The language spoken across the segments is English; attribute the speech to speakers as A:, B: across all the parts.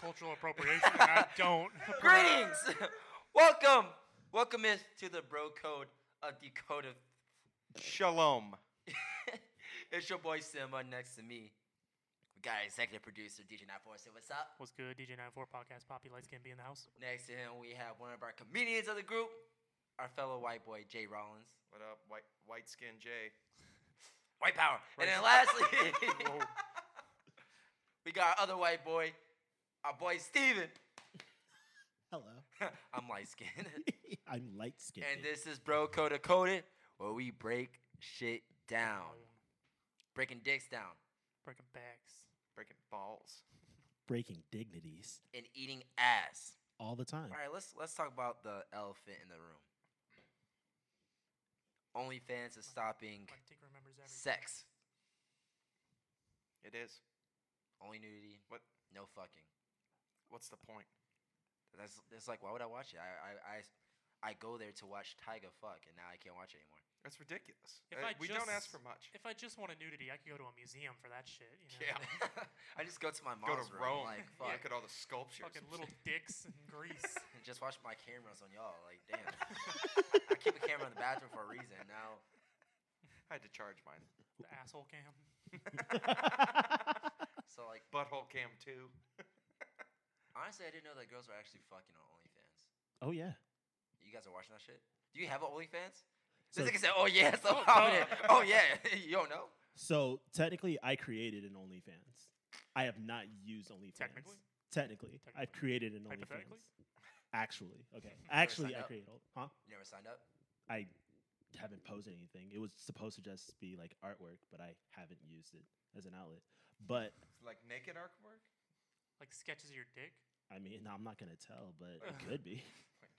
A: cultural appropriation, and I don't.
B: Greetings! Welcome! Welcome in to the Bro Code of Dakota.
C: Shalom.
B: It's your boy Simba next to me. We got our executive producer, DJ Nightforce. Say what's up?
A: What's good? DJ 94 podcast. Poppy lights can't be in the house.
B: Next to him, we have one of our comedians of the group, our fellow white boy, Jay Rollins.
C: What up, white white skin Jay?
B: White power. And then lastly, we got our other white boy, our boy Steven.
D: Hello.
B: I'm light skinned.
D: I'm light skinned.
B: and this is Bro Code of Coded, where we break shit down. Breaking dicks down
A: Um, Breaking backs.
C: Breaking balls.
D: breaking dignities
B: and eating ass.
D: all the time.
B: All right, let's let's talk about the elephant in the room. OnlyFans is stopping
A: Mike Tick remembers everything.
B: sex,
C: It is.
B: only nudity,
C: What?
B: no fucking.
C: What's the point?
B: That's that's like why would I watch it? I I, I, I go there to watch Tyga fuck, and now I can't watch it anymore.
C: That's ridiculous.
A: If
C: Uh,
A: I
C: we don't ask
A: just-
C: for much.
A: If I just want a nudity, I could go to a museum for that shit. You know?
C: Yeah.
B: I just go to my
C: Go
B: mom's
C: to
B: room,
C: Rome.
B: like fuck,
C: Look at all the sculptures.
A: Fucking little dicks in Greece.
B: and just watch my cameras on y'all. Like damn, I keep a camera in the bathroom for a reason. Now
C: I had to charge mine.
A: The asshole cam.
B: so like
C: Butthole cam too.
B: honestly, I didn't know that girls were actually fucking on OnlyFans.
D: Oh yeah.
B: You guys are watching that shit? Do you have an OnlyFans?
D: So-
B: this nigga said, "Oh yeah, so
A: Oh,
B: I'm in.
A: duh.
B: Oh yeah, you don't know?
D: So technically, I created an OnlyFans. I have not used OnlyFans.
A: Technically?
D: Technically, I've
A: Technically.
D: created an
A: Hypothetically?
D: OnlyFans. Actually, okay. Actually,
B: signed
D: I
B: up?
D: created. Huh?
B: You never signed up?
D: I haven't posted anything. It was supposed to just be like artwork, but I haven't used it as an outlet. But
C: Like naked artwork.
A: Like sketches of your dick.
D: I mean, I'm not gonna tell, but it could be.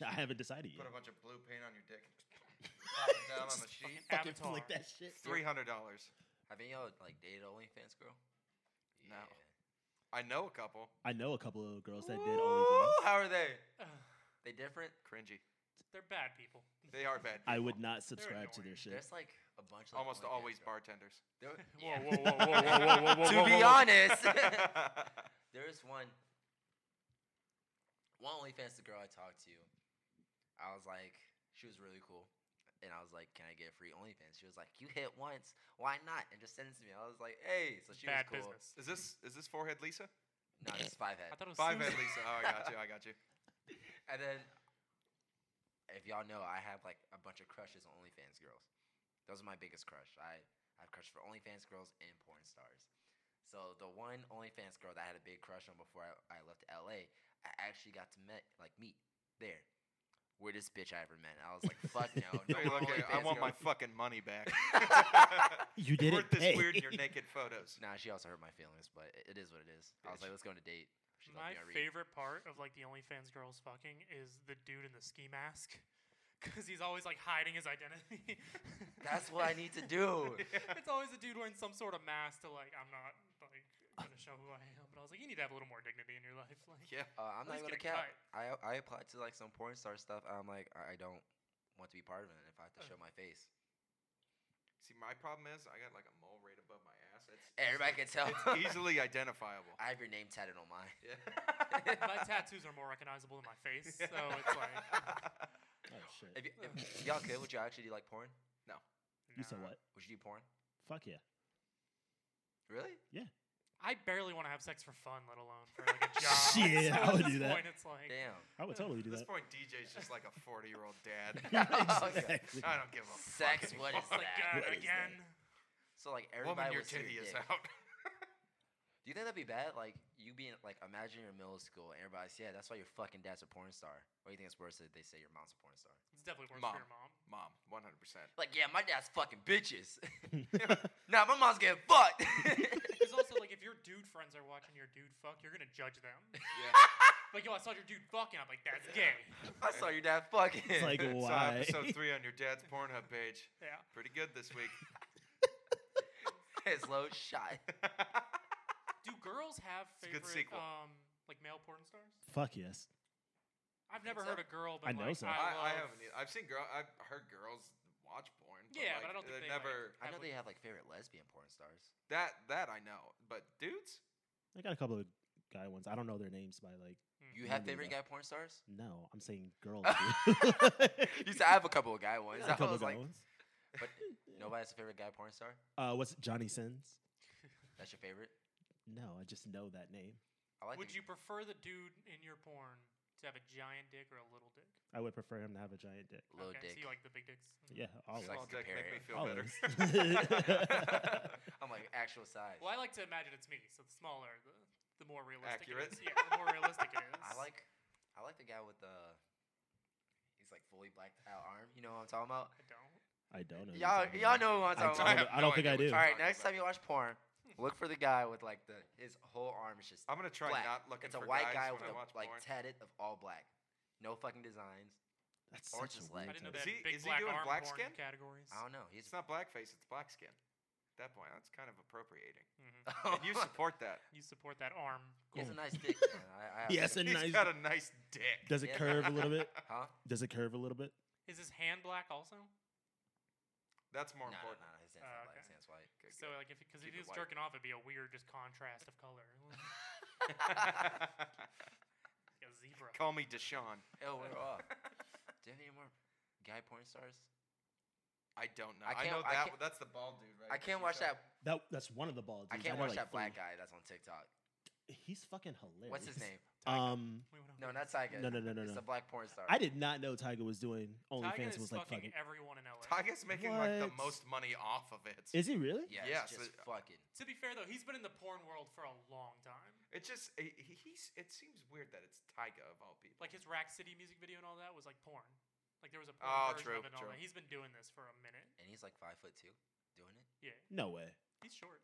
D: I haven't decided
C: Put
D: yet.
C: a bunch of blue paint on your dick and just pop it down on the sheet.
D: Fucking
A: Avatar.
D: flick that shit.
C: Three hundred dollars.
B: Have any of y'all like dated an OnlyFans girl?
C: No. I know a couple.
D: I know a couple of girls that did OnlyFans.
B: Ooh, how are they?
A: Ugh,
B: They different?
C: Cringy.
A: they're bad people.
C: They are bad.
D: I
C: people.
D: would not subscribe to
A: annoying.
D: their shit.
B: There's like a bunch. Of, like,
C: Almost
B: OnlyFans
C: always
B: girls.
C: bartenders.
B: There-
A: Whoa,
B: yeah.
A: whoa, whoa, whoa, whoa, whoa, whoa, whoa,
B: to
A: whoa,
B: be
A: whoa.
B: honest, there is one. One OnlyFans the girl I talked to, I was like, she was really cool, and I was like, can I get free OnlyFans? She was like, you hit once, why not? And just sent it to me. I was like, hey, so she was
A: Bad
B: cool.
A: business.
C: Is this is this forehead Lisa?
B: No, it's five
A: I
B: head.
A: thought it was
C: Five head
A: Susan.
C: Lisa. Oh, I got you. I got you.
B: And then, if y'all know, I have like a bunch of crushes on OnlyFans girls. Those are my biggest crush. I I have crushed for OnlyFans girls and porn stars. So the one OnlyFans girl that I had a big crush on before I, I left LA, I actually got to met like meet there. Weirdest bitch I ever met. I was like, fuck no, no
C: Hey,
B: more
C: look, I- I
B: OnlyFans
C: want my
B: girls.
C: fucking money back.
D: You did
C: Weren't
D: it.
C: this weird in your naked photos?
B: Nah, she also hurt my feelings, but it- it is what it is. I was like, let's go on a date. She
A: My
B: loved me, I read.
A: favorite part of like the OnlyFans girls fucking is the dude in the ski mask, because he's always like hiding his identity.
B: That's what I need to do.
A: it's always the dude wearing some sort of mask to like I'm not like gonna show who I am. But I was like, you need to have a little more dignity in your life. Like,
C: Yeah.
B: Uh, I'm not
A: least
B: gonna
A: get a
B: cap. I I applied to like some porn star stuff. I'm like, I I don't want to be part of it if I have to show my face.
C: See, my problem is I got like a mole right above my ass. It's
B: Everybody can tell.
C: it's easily identifiable.
B: I have your name tatted on mine.
C: Yeah.
A: my tattoos are more recognizable than my face, so it's like
D: Oh shit.
B: If, y- if y'all could, would you actually do like porn?
C: No.
D: You said
A: nah.
D: what?
B: Would you do porn?
D: Fuck yeah.
B: Really?
D: Yeah.
A: I barely want to have sex for fun, let alone for like a job.
D: Shit,
A: So
D: I
A: at
D: would
A: this
D: do that.
A: Point, it's like
B: Damn.
D: I would totally do
C: At this
D: that.
C: point, DJ's just like a 40 year old dad. Oh,
D: Exactly.
C: I don't give a fuck
B: Sex. What is
C: anymore.
A: Like
B: that?
A: oh God,
D: What is that?
A: again.
B: So like
C: Woman,
B: everybody
C: your
B: would see
C: titty
B: your
C: is
B: dick.
C: out.
B: Do you think that'd be bad? Like you being like, imagine you're in middle school and everybody's yeah, that's why your fucking dad's a porn star. Or you think it's worse that they say your mom's a porn star?
A: It's definitely worse
C: Mom.
A: for your mom.
C: Mom, 100%.
B: Like yeah, my dad's fucking bitches. nah, my mom's getting fucked.
A: There's also like if your dude friends are watching your dude fuck, you're gonna judge them.
C: Yeah.
A: Like yo, I saw your dude fucking. I'm like that's gay.
B: I saw your dad fucking.
D: It's like
C: Saw
D: why?
C: episode three on your dad's Pornhub page.
A: Yeah.
C: Pretty good this week.
B: His low shot.
A: Do girls have
C: a good
A: favorite
C: sequel.
A: um like male porn stars?
D: Fuck yes.
A: I've never
B: so?
A: heard a girl, but
D: I know
A: like,
D: some.
C: I,
A: I,
C: I
A: love-
C: haven't. Either. I've seen girl. I've heard girls watch porn. But
A: Yeah,
C: like,
A: but I don't think
C: they're
A: they, like-
C: never
B: I know
A: Have,
B: they
C: Mm-hmm.
A: like-
B: have like favorite lesbian porn stars.
C: that that I know. But dudes,
D: I got a couple of guy ones. I don't know their names by like
B: You
D: Mm,
B: have
D: neither
B: favorite
D: do
B: guy
D: I.
B: porn stars?
D: no. I'm saying girls.
B: you
D: dude.
B: said I have a couple of guy ones. I
D: A couple
B: was
D: guy
B: like,
D: ones.
B: but nobody has a favorite guy porn star.
D: Uh, what's Johnny Sins?
B: That's your favorite.
D: No, I just know that name.
B: I like.
A: Would
B: the-
A: you prefer the dude in your porn to have a giant dick or a little dick?
D: I would prefer him to have a giant dick.
B: Little
A: okay,
B: dick.
A: so you like the big dicks? Mm.
D: Yeah, always.
B: like
C: Small
B: to
C: dick
B: compare
C: make me
B: it.
C: feel
D: Always.
C: better.
B: I'm like actual size.
A: Well, I like to imagine it's me. So the smaller, the, the more realistic.
C: Accurate.
A: It is. Yeah, the more realistic it is.
B: I like, I like the guy with the. He's like fully blacked out arm. You know what I'm talking about?
A: I don't.
D: I don't know. who you're
B: Y'all,
D: talking
B: y'all
D: about.
B: know who I'm
D: I
B: talking
D: don't-
B: about.
D: have I don't think I
C: idea what
D: do.
C: you're
B: All right,
C: talking
B: next
C: about.
B: time you watch porn, look for the guy with like the his whole arm is just.
C: I'm gonna try
B: black.
C: not looking
B: It's a
C: for
B: white guy
C: guys
B: with
C: when I
B: a
C: watch
B: like
C: porn.
B: tatted of all black, no fucking designs.
D: That's
B: Or
D: such
B: just
D: a
B: like-
D: weird
A: I didn't know that
D: type.
C: Is he-
A: big
C: is he
A: black
C: doing
A: arm
C: black
A: porn
C: skin?
A: categories.
B: I don't know. He's
C: It's not blackface. It's black skin. At that point, that's kind of appropriating.
A: Mhm.
C: And you support that.
A: You support that arm.
B: He has a
D: Cool.
B: nice dick. man. I, I have
D: He
B: to
D: has
B: give-
D: a
C: He's
D: nice.
C: got a nice dick.
D: Does it
B: Yeah.
D: curve a little bit?
B: Huh?
D: Does it curve a little bit?
A: Is his hand black also?
C: That's
B: no,
C: more
B: no,
C: important.
B: no, his hand's
A: Oh,
B: not black,
A: okay.
B: his hand's white.
C: Good,
A: So like if because
C: Keep it
A: if he was
C: white.
A: jerking off, it'd be a weird just contrast of color.
C: good.
A: like a zebra.
C: Call me Deshaun.
B: Oh, we're off. Do you have any more guy porn stars?
C: I don't know.
B: I
C: I,
B: can't-
C: know
B: I
C: that.
B: can't-
C: that's the bald dude,
B: I
C: right?
B: can't watch that.
D: That that's one of the ball.
B: I
D: dudes.
B: can't
D: know,
B: watch
D: like,
B: that black
D: three.
B: guy that's on TikTok.
D: He's fucking hilarious.
B: What's his name?
D: Um,
A: We went over
B: No,
A: this.
B: not Tyga.
D: no, no, no, no,
B: It's the
D: no.
B: black porn star.
D: I did not know Tiger was doing
A: Tyga
D: OnlyFans.
A: is
D: and Was like
A: fucking
D: fucking.
A: everyone in LA.
C: Tyga's making like the
D: What?
C: most money off of it.
D: Is he really?
B: Yeah,
C: Yes,
B: it's just
C: it-
B: fucking.
A: to be fair though, he's been in the porn world for a long time.
C: It just he- he- he's. It seems weird that it's Tyga of all people.
A: Like his Rack City music video and all that was like porn. Like there was a porn
C: Oh,
A: version
C: true,
A: of it and all
C: true.
A: that. He's been doing this for a minute.
B: And he's like five foot two, doing it.
A: Yeah,
D: No way.
A: he's short.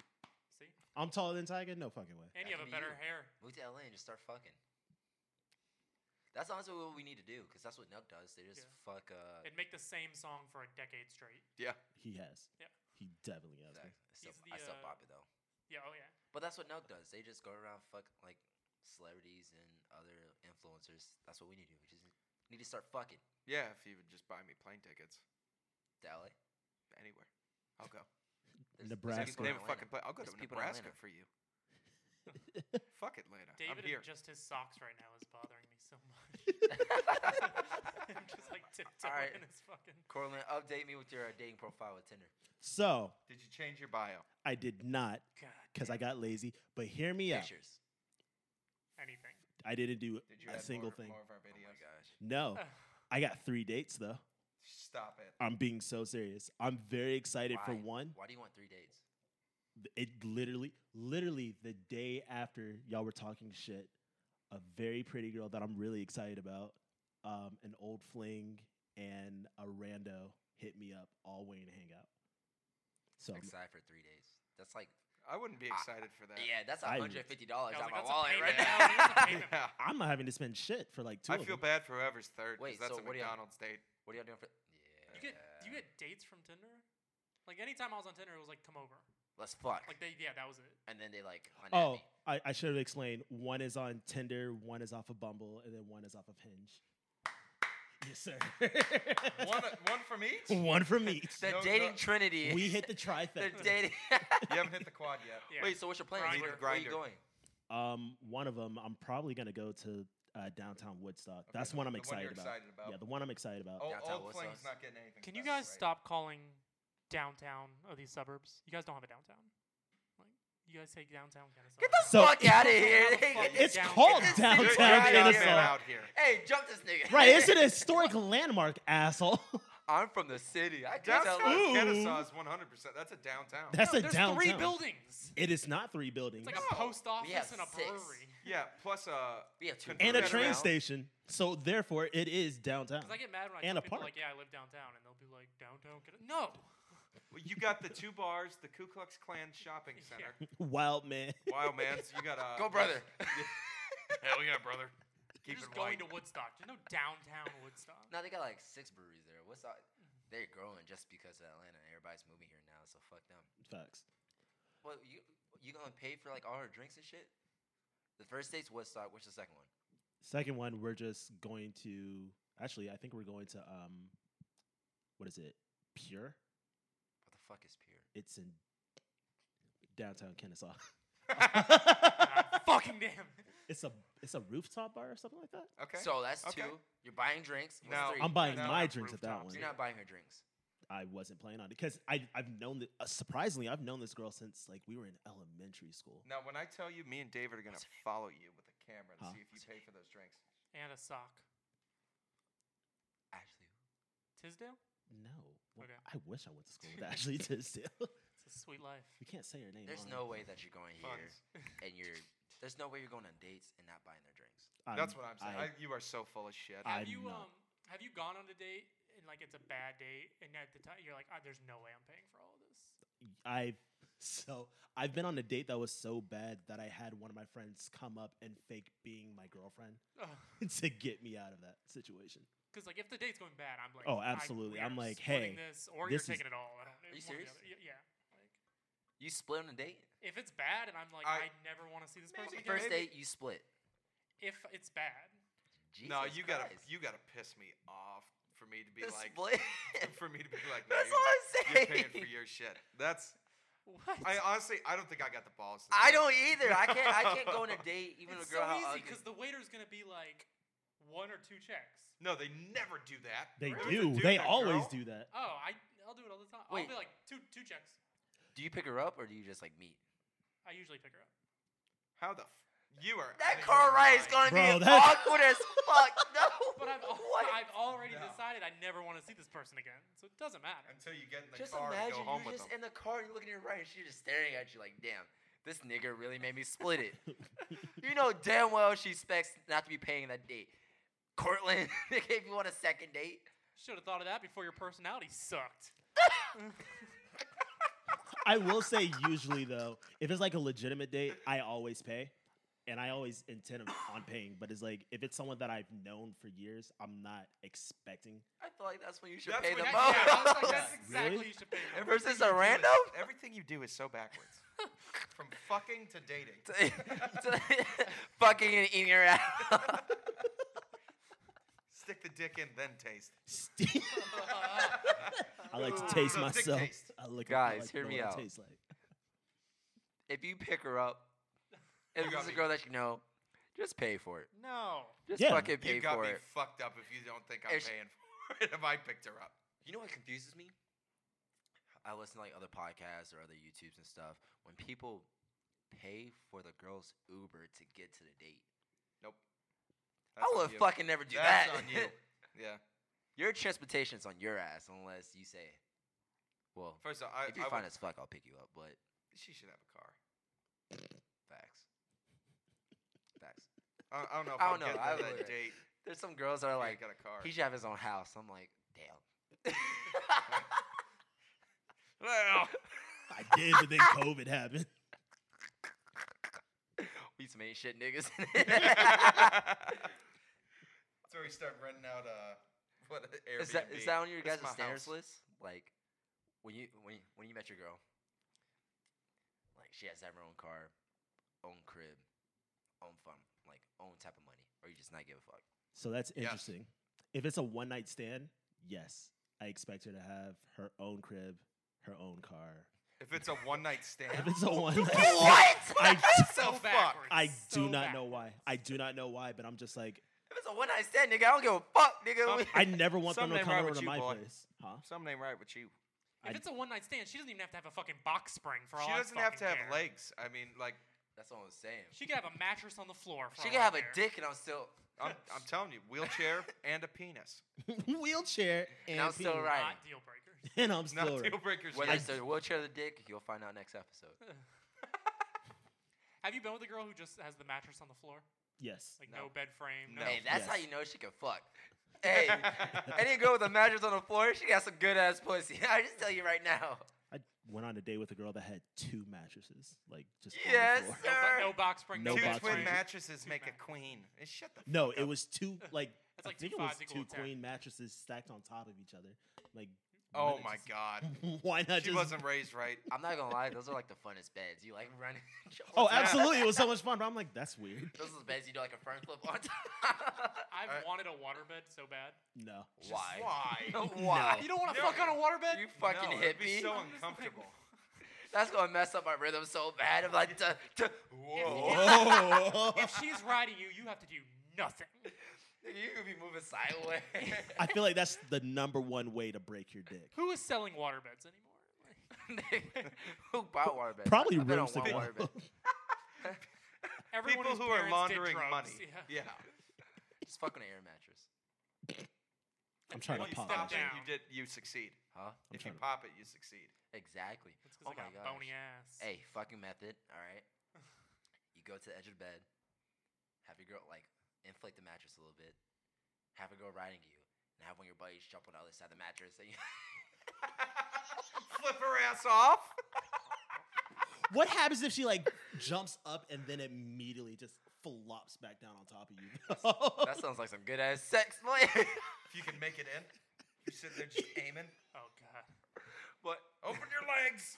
A: See,
D: I'm taller than Tiger. No fucking way.
A: and
B: That
A: you have
B: could be
A: a better
B: you.
A: hair.
B: Move to LA and just start fucking. That's honestly what we need to do, because that's what Nook does. They just
A: Yeah.
B: fuck. Uh,
A: And make the same song for a decade straight.
D: He has.
A: Yeah.
D: He definitely has.
B: Zach.
D: man.
B: I still,
A: He's
B: I
A: the,
B: still
A: uh,
B: bop it though.
A: Yeah. Oh yeah.
B: But that's what Nook does. They just go around fuck like celebrities and other influencers. That's what we need to do. We just need to start fucking
C: Yeah, if he would just buy me plane tickets
B: to LA.
C: anywhere, I'll go.
B: There's- there's
D: Nebraska.
B: people in
C: Name a
B: Atlanta.
C: fucking place. I'll go
B: There's
C: to
B: people in
C: Nebraska
B: Atlanta.
C: for you. Fuck Atlanta.
A: David
C: I'm here.
A: and just his socks right now is bothering me so much. I'm just like tiptoeing
B: Alright.
A: in his fucking.
B: Corlin, update me with your uh, dating profile with Tinder.
D: So
C: Did you change your bio?
D: I did not
A: God.
D: because I got lazy. But hear me out.
B: Pictures.
A: Anything.
D: I didn't do
C: Did you
D: a
C: add
D: single
C: more,
D: thing.
C: More of our
B: Oh
C: videos.
B: my gosh.
D: No,
A: Ugh.
D: I got three dates though.
C: Stop it.
D: I'm being so serious. I'm very excited for
B: Why?
D: one.
B: Why do you want three dates?
D: th- it literally, literally the day after y'all were talking shit, a very pretty girl that I'm really excited about, um, an old fling, and a rando hit me up all waiting to hang out. So I'm-
B: Excited for three days. That's like
C: I wouldn't be
B: I-
C: excited for that.
B: yeah, that's
D: I-
B: hundred and fifty dollars
A: Yeah, I
B: out of
A: was
B: my wallet right
A: like, that's a
B: now.
A: payment. Yeah, it is a payment.
C: Yeah.
D: I'm not having to spend shit for like two.
C: I
D: of
C: feel
D: them.
C: bad for whoever's third. 'cause
B: Wait,
C: that's
B: so
C: a
B: what do y'all-
C: McDonald's date.
B: What are y'all doing for?
A: You get do you
B: Yeah.
A: get dates from Tinder? Like anytime I was on Tinder, it was like come over.
B: Let's fuck.
A: Like they yeah, that was it.
B: and then they like. hunt at
D: Oh,
B: me.
D: I, I should have explained. One is on Tinder, one is off of Bumble, and then one is off of Hinge. Yes, sir.
C: one, one from each. You
D: one from each.
B: The
C: No,
B: dating
C: no.
B: trinity.
D: We hit the
B: the
D: trifecta.
B: dating.
C: haven't hit the quad yet.
A: Yeah.
B: Wait, so what's your plan?
A: Grindr.
B: Where, where are you
C: Grindr.
B: going?
D: Um, one of them, I'm probably gonna go to uh, downtown Woodstock.
C: Okay,
D: That's
C: the-
D: one I'm
C: the one
D: excited
C: you're
D: about.
C: excited about.
D: Yeah, the one I'm excited about.
C: Oh,
B: Downtown
C: old
B: West
C: Fling's
B: Suds.
C: not getting anything.
A: Can you
C: special,
A: guys
C: right?
A: stop calling downtown of these suburbs? You guys don't have a downtown. Like you guys say downtown kind of stuff.
B: Get the
D: So
B: fuck
D: it-
B: out of here!
A: Get the
B: nigga.
A: fuck
D: It's
A: down-
D: called
A: get this
D: downtown
C: You're-
A: nigga
C: you're
B: Downtown
C: a young man
D: Kennesaw.
C: out here.
B: Hey, jump this nigga.
D: Right, it's an historic landmark, asshole.
B: I'm from the city. I can tell.
C: Downtown
D: Ooh.
C: Kennesaw is 100%. That's a downtown.
D: That's
A: No,
D: a
A: there's
D: downtown.
A: three buildings.
D: It is not three buildings.
A: It's like a
C: No.
A: post office
B: have
A: and a
B: six.
A: brewery.
C: yeah, plus uh,
B: We have two
C: And
D: and a
C: Turn
D: train
C: around.
D: station. So therefore, it is downtown.
A: Because I get mad when I
D: And
A: tell people
D: a park.
A: like, yeah, I live downtown, and they'll be like, downtown? Get no.
C: well, you got the two bars, the Ku Klux Klan shopping center.
D: Wild man.
C: Wild man's, you got uh,
B: Go, brother.
C: Hell yeah, brother.
A: You're
C: Keep
A: just
C: it
A: going
C: going
A: to Woodstock. There's no downtown Woodstock.
B: now they got like six breweries there. What's up? They're growing just because of Atlanta. Everybody's moving here now, so fuck them.
D: Facts.
B: Well, you you gonna pay for like all her drinks and shit? The first date's Woodstock. What's the second one?
D: Second one, we're just going to. Actually, I think we're going to. Um, what is it? Pure.
B: What the fuck is Pier?
D: It's in downtown Kennesaw.
A: God fucking damn.
D: It's a it's a rooftop bar or something like that.
C: Okay.
B: So that's
C: Okay.
B: two. You're buying drinks. What's
C: No.
B: three?
D: I'm buying
C: no,
D: my
C: not
D: drinks at that
A: rooftops.
D: one.
B: You're not buying her drinks.
D: I wasn't planning on it because I I've known that uh, surprisingly I've known this girl since like we were in elementary school.
C: now, when I tell you, me and David are gonna follow you with a camera to
D: Huh?
C: see if you pay for those drinks.
A: and a sock.
B: Actually,
A: Tisdale?
D: No, Well,
A: Okay.
D: I wish I went to school with Ashley Tisdale. we
A: It's a sweet life.
D: can't say her name.
B: there's
D: on
B: no
D: it.
B: way that you're going here
C: Funds.
B: and you're. There's no way you're going on dates and not buying their drinks.
C: That's
D: I'm-
C: what I'm saying. I, you are so full of shit.
D: I-
A: Have
D: I'm
A: you
D: not.
A: um have you gone on a date and like it's a bad date and at the time you're like "Ah, there's no way I'm paying for all of this.
D: I so I've been on a date that was so bad that I had one of my friends come up and fake being my girlfriend to get me out of that situation.
A: Because like if the date's going bad, I'm like
D: Oh,
A: I- we
D: absolutely. I'm
A: are
D: like,
A: splitting
D: hey,
A: this or
D: this is-
A: you're taking it all. I don't-
B: Are you
A: one or
B: serious?
A: the other. Y- Yeah. Like,
B: You split on a date.
A: if it's bad and I'm like I,
C: I-
A: never want to see this
C: Man,
A: person
C: you
A: again.
B: First
C: maybe-
B: date, you split.
A: If it's bad,
B: Jesus
C: no, you gotta
B: Christ.
C: you gotta piss me off for me to be
B: The
C: like
B: split.
C: for me to be like no,
B: That's
C: you-
B: all I'm
C: you're
B: saying.
C: paying for your shit. That's
A: what?
C: I honestly I don't think I got the balls. To
B: I
C: do
B: don't e-, either. I can't. I can't go on a date even
A: it's
B: with a girl.
A: so
B: how
A: easy
B: ugly-
A: because the waiter's gonna be like one or two checks.
C: No, they never do that.
D: They
C: There was a
D: do.
C: dude
D: They
C: and a
D: always
C: girl.
D: do that.
A: Oh, I I'll do it all the time.
B: Wait.
A: I'll be like two two checks.
B: Do you pick her up or do you just like meet?
A: I usually pick her up.
C: How the? F- you are out
B: That
C: of
B: car
C: your
B: ride is gonna
C: mind.
D: Bro,
B: be
D: that-
B: awkward as fuck. No.
A: But I've, al-
B: What?
A: I've already
C: No.
A: decided I never want to see this person again, so it doesn't matter.
C: until you get in the
B: Just
C: car and
B: imagine
C: go home
B: you're
C: with
B: just in
C: them.
B: the car and you look at your right and she's just staring at you like, damn, this nigga really made me split it. you know damn well she expects not to be paying that date. Cortland, they gave you on a second date.
A: Should have thought of that before your personality sucked.
D: I will say usually though, if it's like a legitimate date, I always pay, and I always intend on- on paying. But it's like if it's someone that I've known for years, I'm not expecting.
B: I feel like that's when you should
C: That's
B: pay
C: when
B: the
A: That-
C: you-
B: most.
A: yeah, I was like, that's
D: Really?
A: exactly you should pay. for.
B: Every- Versus
C: Everything you
B: a
C: do is-
B: random?
C: everything you do is so backwards. From fucking to dating.
B: fucking and eating her out.
C: Stick the dick in, then taste.
D: Steve, I like to taste
C: Ooh. Dick
D: myself.
C: taste.
D: I look I
B: Guys,
D: like
B: hear
D: know
B: me
D: what I
B: out.
D: taste like.
B: if you pick her up, if
C: You got
B: this is a
C: me.
B: girl that you know, just pay for it.
A: no.
B: Just
D: Yeah.
B: fucking pay
C: You got
B: for
C: me
B: it.
C: fucked up if you don't think I'm
B: If she-
C: paying for it. If I picked her up,
B: You know what confuses me? I listen to like other podcasts or other YouTubes and stuff. When people pay for the girl's Uber to get to the date, I
C: That's on
B: would
C: you.
B: fucking never do
C: That's
B: that.
C: on you. Yeah.
B: your transportation's on your ass unless you say, "Well,
C: First of all, I,
B: if you
C: I
B: find
C: would,
B: as fuck, I'll pick you up." But
C: she should have a car.
B: facts, facts.
C: I, I don't know if
B: I
C: I
B: don't know,
C: will
B: I
C: get that
B: would-
C: date.
B: There's some girls that are
C: Like, uh,
B: like,
C: got a car.
B: "He should have his own house." I'm like, "Damn."
C: Well,
D: I did, but then COVID happened.
B: we some ain't shit niggas.
C: That's where we start renting out uh, what a Airbnb.
B: is that is that on your
C: That's
B: guys'
C: my
B: standards
C: house.
B: list? Like when you when you, when you met your girl, like she has to have her own car, own crib, own fun, like own type of money, or you just not give a fuck.
D: So that's
C: Yes.
D: interesting. If it's a one night stand, yes, I expect her to have her own crib, her own car.
C: If it's a one night stand,
D: If it's a one night stand,
B: what?
D: I,
A: So
C: fuck?
A: backwards.
D: I
A: so
D: do not know
A: backwards.
D: why. I do not know why, but I'm just like
B: If it's a one night stand, nigga, I don't give a fuck, nigga.
C: Some-
D: I never want them
C: Something
D: to come
C: wrong
D: over
C: with
D: to
C: you,
D: my
C: boy.
D: place. Huh?
C: something ain't right with you.
A: If
D: I-
A: it's a one night stand, she doesn't even have to have a fucking box spring for all
C: She
A: I
C: doesn't have to
A: fucking
C: have
A: care.
C: legs. I mean, like
B: That's what I'm saying.
A: She could have a mattress on the floor. For
B: She
A: all
B: can
A: I
B: have a
A: care.
B: dick, and I'm still
C: I'm, I'm telling you, wheelchair and a penis.
D: Wheelchair and,
B: I'm still
D: penis.
B: right.
A: Not deal breakers.
D: And I'm
C: Not
D: still right.
C: deal breakers.
B: whether
C: yet.
B: it's a wheelchair or the dick. You'll find out next episode.
A: Have you been with a girl who just has the mattress on the floor,
D: Yes.
A: like
C: No.
A: no, bed frame?
C: No.
B: Hey, that's how
D: Yes.
B: you know she can fuck. Hey, any girl with a mattress on the floor, she got some good ass pussy. I just tell you right now.
D: I went on a date with a girl that had two mattresses, like just
B: Yes,
D: on the floor.
A: No,
B: sir.
A: bu- no box spring.
D: No
C: Two
D: box
C: twin
D: spring.
C: mattresses make
A: mattresses.
C: a queen. Eh, Shut the.
D: No,
C: fuck
D: it
C: up.
D: was two like
A: That's
D: I
A: like
D: think
A: two
D: it was
A: fives equal
D: two
A: to ten.
D: queen mattresses stacked on top of each other. Like
C: Oh
D: why not
C: my
D: just-
C: god.
D: Why not
C: She
D: just
C: wasn't raised right.
B: I'm not gonna lie, those are like the funnest beds. You like running.
D: Oh,
C: Yeah.
D: absolutely. It was so much fun, but I'm like, that's weird.
B: Those are the beds you do like a front flip on top.
A: I've
C: Alright.
A: wanted a waterbed so bad.
D: No.
C: Just
B: Why?
C: Why?
B: Why?
A: You don't want to
C: No.
A: fuck on a waterbed?
B: You fucking
C: no, it'd be
B: hippie.
C: so uncomfortable.
B: That's gonna mess up my rhythm so bad. I'm like, duh, duh, whoa.
D: Whoa.
A: Oh. if she's riding you, you have to do nothing.
B: You could be moving sideways.
D: I feel like that's the number one way to break your dick.
A: Who is selling water beds anymore? Like,
B: Who bought water beds?
D: Probably
B: I've been on
D: room
B: one water bed.
D: cigar.
C: People
A: everyone whose
C: who are
A: parents did
C: laundering
A: drugs,
C: money.
A: Yeah.
C: Yeah.
B: Just fucking air mattress.
D: I'm trying
C: If you
D: to pop.
C: pop it,
A: down.
C: you did. You succeed.
B: Huh?
D: I'm
C: if you
D: trying to-
C: pop it, you succeed.
B: Exactly.
A: That's
B: Oh
A: because I got
B: my
A: a bony
B: gosh.
A: ass.
B: Hey, fucking method. All right. You go to the edge of the bed. Have your girl like inflate the mattress a little bit. Have a girl riding you, and have one of your buddies jump on the other side of the mattress. And you
C: Flip her ass off.
D: What happens if she like jumps up and then immediately just flops back down on top of you?
B: that sounds like some good ass sex, boy.
C: If you can make it in, you sit there just aiming.
A: Oh god.
B: but
C: Open your legs.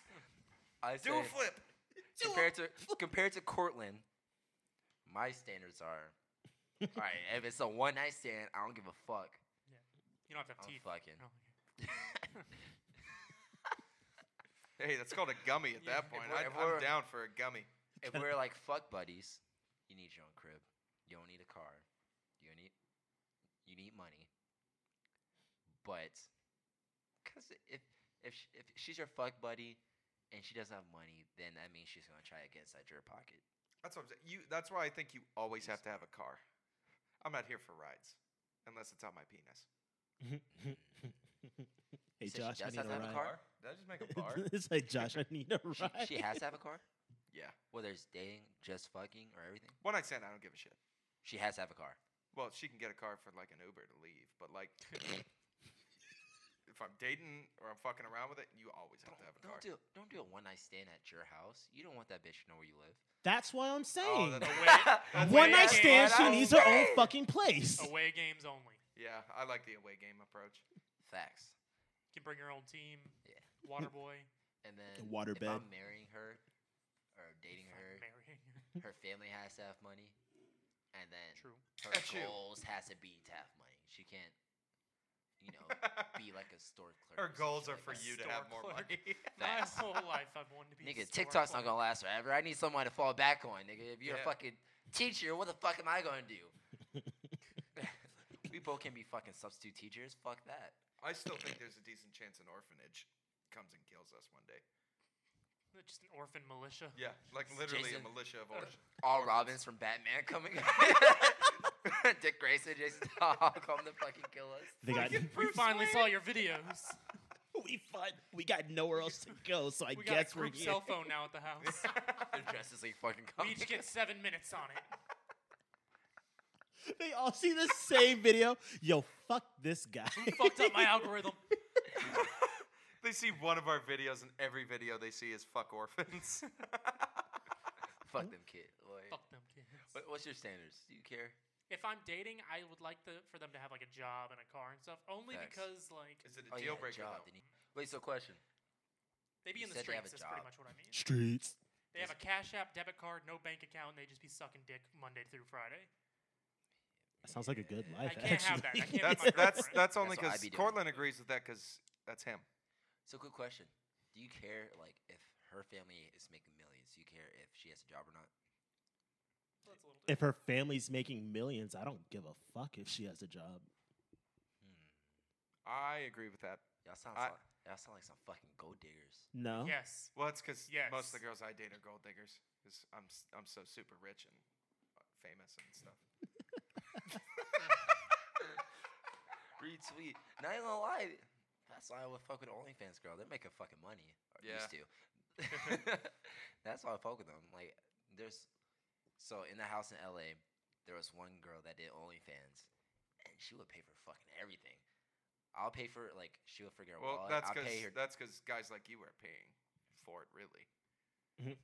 B: I
C: Do a
B: say-
C: flip.
D: Do a
B: compared to compared to Cortland, my standards are all right. If it's a one night stand, I don't give a fuck.
A: You don't have to have
B: I'm
A: teeth.
B: fucking.
A: Oh, okay.
C: Hey, that's called a gummy at
A: Yeah,
C: that
A: if
C: point.
B: we're-
C: I,
B: if we're-
C: I'm down for a gummy.
B: If we're like fuck buddies, you need your own crib. You don't need a car. You don't need you need money. But because if if sh- if she's your fuck buddy and she doesn't have money, then that means she's gonna try to get inside your pocket.
C: That's what I'm saying. You. That's why I think you always have to have a car. I'm not here for rides, unless it's on my penis.
D: hey
B: said she
D: Josh, I
B: does
D: need a
B: have to have a
D: ride.
B: car?
C: Did I just make
D: it's like Josh, I need a
B: She,
D: ride.
B: she has to have a car,
C: yeah.
B: whether it's dating, just fucking, or everything.
C: One night stand. I don't give a shit.
B: She has to have a car.
C: Well, she can get a car for like an Uber to leave, but like. If I'm dating or I'm fucking around with it, you always have to have a car.
B: Don't do don't do a one night stand at your house. You don't want that bitch to know where you live.
D: That's why I'm saying.
C: that's-
A: Oh, that's
D: One
A: way
D: night
A: gay.
D: stand, she
A: That's
D: needs her own
B: gay.
D: fucking place.
A: Away games only.
C: Yeah, I like the away game approach.
B: Facts.
A: You can bring your old team.
B: Yeah.
A: Water boy.
B: And then
D: water
B: if
D: bed.
B: I'm marrying her or dating
A: fuck,
B: her,
A: marrying
B: her
A: her.
B: family has to have money, and then
A: True.
B: her
C: Achoo.
B: goals has to be to have money. She can't, you know, be like a store clerk. or
C: Her
B: some
C: goals
B: shit
C: are
B: like
C: for
B: that.
C: you to
A: Store
C: have more
A: clerk.
C: money.
A: My
B: Facts.
A: whole life I've wanted to be. a
B: Nigga,
A: store
B: TikTok's not
A: clerk.
B: gonna last forever. I need someone to fall back on, nigga. If you're
C: Yeah.
B: a fucking teacher, what the fuck am I gonna do? we both can be fucking substitute teachers. Fuck that.
C: I still think there's a decent chance an orphanage comes and kills us one day.
A: Just an orphan militia.
C: Yeah, like literally
B: Jason.
C: a militia of orphans.
B: All Robins from Batman coming. Dick Grayson, Jason Hogg come to fucking kill us.
D: They got,
A: We finally saw your videos.
D: we find, we got nowhere else to go, so I
A: we got
D: guess
A: a
D: we're
A: group
D: here.
A: cell phone now at the house.
B: The Justice League fucking
A: we
B: coming.
A: each get seven minutes on it.
D: They all see the same video. Yo, fuck this guy.
A: Fucked up my algorithm.
C: They see one of our videos, and every video they see is fuck orphans.
B: Fuck them kid. Like,
A: Fuck them kids.
B: what, what's your standards? Do you care?
A: If I'm dating, I would like the, for them to have like a job and a car and stuff. Only
B: Facts.
A: because like
C: is it a
B: Oh, you had
C: deal
B: a
C: breaker?
B: job,
C: though?
B: didn't you? Wait, so question.
A: they be
B: You
A: in the
B: said they have a
A: streets. That's pretty
B: job.
A: much what I mean.
D: Streets.
A: They have a Cash App debit card, no bank account, and they just be sucking dick Monday through Friday.
D: That sounds like a good
A: I
D: life.
A: can't have that. I
D: actually.
A: can't have my
C: That's that's
A: girlfriend.
C: that's only
B: That's what I'd be
C: because
B: doing.
C: Cortland agrees with that because that's him.
B: So, quick question. Do you care, like, if her family is making millions? Do you care if she has a job or not?
A: So that's a little
D: if her family's making millions, I don't give a fuck if she has a job.
C: I agree with that.
B: Hmm. Y'all sound,
C: I-
B: so- y'all sound like some fucking gold diggers.
D: No.
A: different. Yes.
C: Well, it's because most of the girls
A: Yes.
C: I date are gold diggers. Because I'm s- I'm so super rich and uh, famous and stuff.
B: Retweet. Not even gonna lie. That's why I would fuck with OnlyFans girl. They're making fucking money. Or
C: Yeah.
B: used to. That's why I fuck with them. Like there's so in the house in LA, there was one girl that did OnlyFans and she would pay for fucking everything. I'll pay for like she would figure out wallet.
C: Well, that's
B: I'll
C: because
B: pay her
C: that's because guys like you are paying for it, really.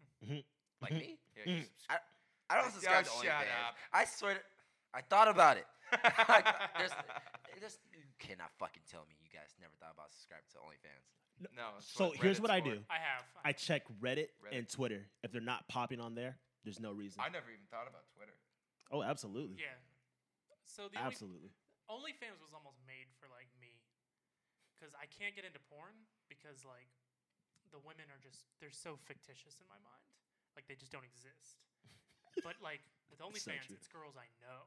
B: like me.
C: Yeah, you
A: Hmm.
C: subscribe.
B: I
C: Oh,
B: don't subscribe to OnlyFans.
C: shut up.
B: I swear to, I thought about it. I- there's, there's, you cannot fucking tell me you guys never thought about subscribing to OnlyFans.
C: no. it's
D: So here's
C: Reddit's
D: what I
C: for.
D: do.
A: I have.
D: I check Reddit,
C: Reddit.
D: and Twitter. If they're not popping on there, there's no reason.
C: I never even thought about Twitter.
D: oh, absolutely.
A: yeah. So the only
D: absolutely.
A: OnlyFans was almost made for like me, because I can't get into porn because like the women are just they're so fictitious in my mind. Like they just don't exist. but like with OnlyFans,
D: true.
A: it's girls I know.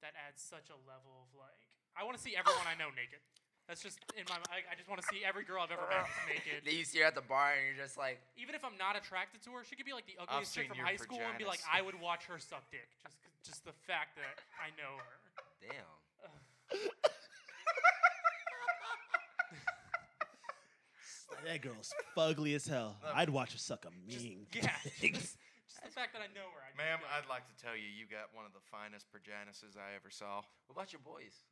A: That adds such a level of like I want to see everyone I know naked. That's just in my I, I just want to see every girl I've ever met naked.
B: Then you see her at the bar and you're just like,
A: Even if I'm not attracted to her, she could be like the ugliest
C: seen
A: chick from
C: your
A: high school and be like,
C: vaginas.
A: I would watch her suck dick. Just, just the fact that I know her.
B: damn.
D: That girl's fugly as hell. I'd watch her suck a
A: Just,
D: mean.
A: yeah,
D: dick.
A: just, just the fact that I know her. I just
C: Ma'am,
A: go.
C: I'd like to tell you, you got one of the finest progenuses I ever saw.
B: What about your boys?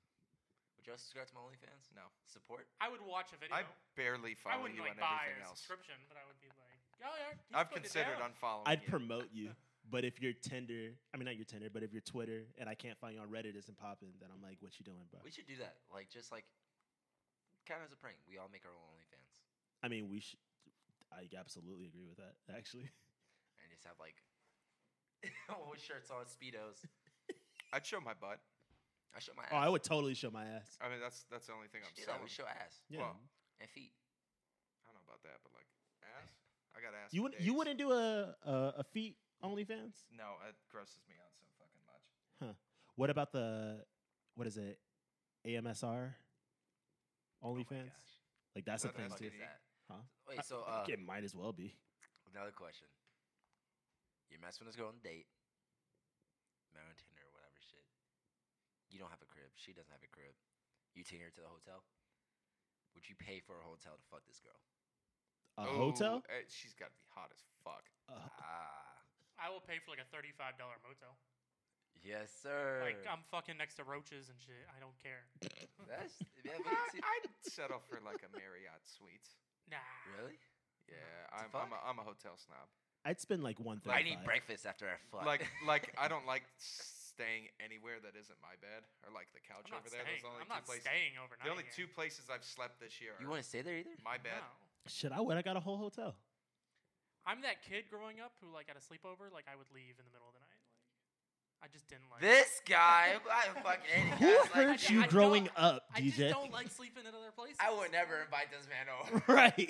B: Would you all subscribe to my OnlyFans?
C: No.
B: Support?
A: I would watch a video.
C: I barely
A: I
C: follow
A: wouldn't
C: you
A: like
C: on
A: buy
C: everything
A: a
C: else.
A: subscription, but I would be like, oh yeah. he's
C: I've
A: putting it
C: considered
A: down."
C: unfollowing
D: I'd
C: you.
D: promote you, but if you're Tinder, I mean not your Tinder, but if you're Twitter and I can't find you on Reddit isn't popping, then I'm like, what you doing, bro?
B: We should do that. Like, just like, kind of as a prank. We all make our own OnlyFans
D: I mean, we should. I absolutely agree with that. Actually,
B: and just have like, old shirts on, Speedos.
C: I'd show my butt.
B: I show my
D: oh, I
B: ass.
D: would totally show my ass.
C: I mean, that's that's the only thing
B: We
C: I'm
B: should do that. We
C: selling.
B: show ass
D: Yeah,
C: Uh, Well,
B: and feet.
C: I don't know about that, but like ass. I got ass.
D: you
C: for
D: wouldn't. You
C: days.
D: wouldn't do a a, a feet OnlyFans.
C: No, it grosses me out so fucking much.
D: What about the what is it? AMSR OnlyFans.
B: Oh gosh.
D: like Oh that's
C: Is
D: a
C: that
D: thing
B: Fuck
C: Thanks,
D: too.
B: is
C: dude.
B: that?
D: Huh?
B: Wait, so
D: I
B: uh,
D: think it might as well be.
B: another question. You mess with this girl on a date, met her on Tinder or whatever shit. You don't have a crib. She doesn't have a crib. You take her to the hotel. Would you pay for a hotel to fuck this girl?
D: A
C: Oh,
D: hotel.
C: eh, she's got to be hot as fuck.
D: Uh,
B: Ah,
A: I will pay for like a thirty-five dollar motel.
B: yes, sir.
A: Like um, I'm fucking next to roaches and shit. I don't care.
B: That's yeah,
C: I,
B: but see-
C: I'd settle for like a Marriott suite.
A: Nah.
B: really.
C: Yeah,
B: To
C: I'm,
B: fuck?
C: I'm, a, I'm a hotel snob.
D: I'd spend like one thirty.
B: I need breakfast after I fuck.
C: Like like I don't like staying anywhere that isn't my bed or like the couch
A: I'm not
C: over there.
A: staying.
C: Those are the only
A: I'm
C: two
A: not
C: places.
A: staying overnight.
C: The only two
A: here.
C: places I've slept this year are
B: you want to stay there either?
C: my bed.
A: No.
D: Shit, I would. I got a whole hotel.
A: I'm that kid growing up who like at a sleepover, like I would leave in the middle of the night. Like I just didn't like.
B: This guy, I fuck any
D: Who
B: guy. It's like,
D: hurt
A: I-
D: you
A: I
D: growing
A: don't-
D: up,
A: I just
D: DJ?
A: don't like sleeping in other places.
B: I would never invite this man over.
D: right.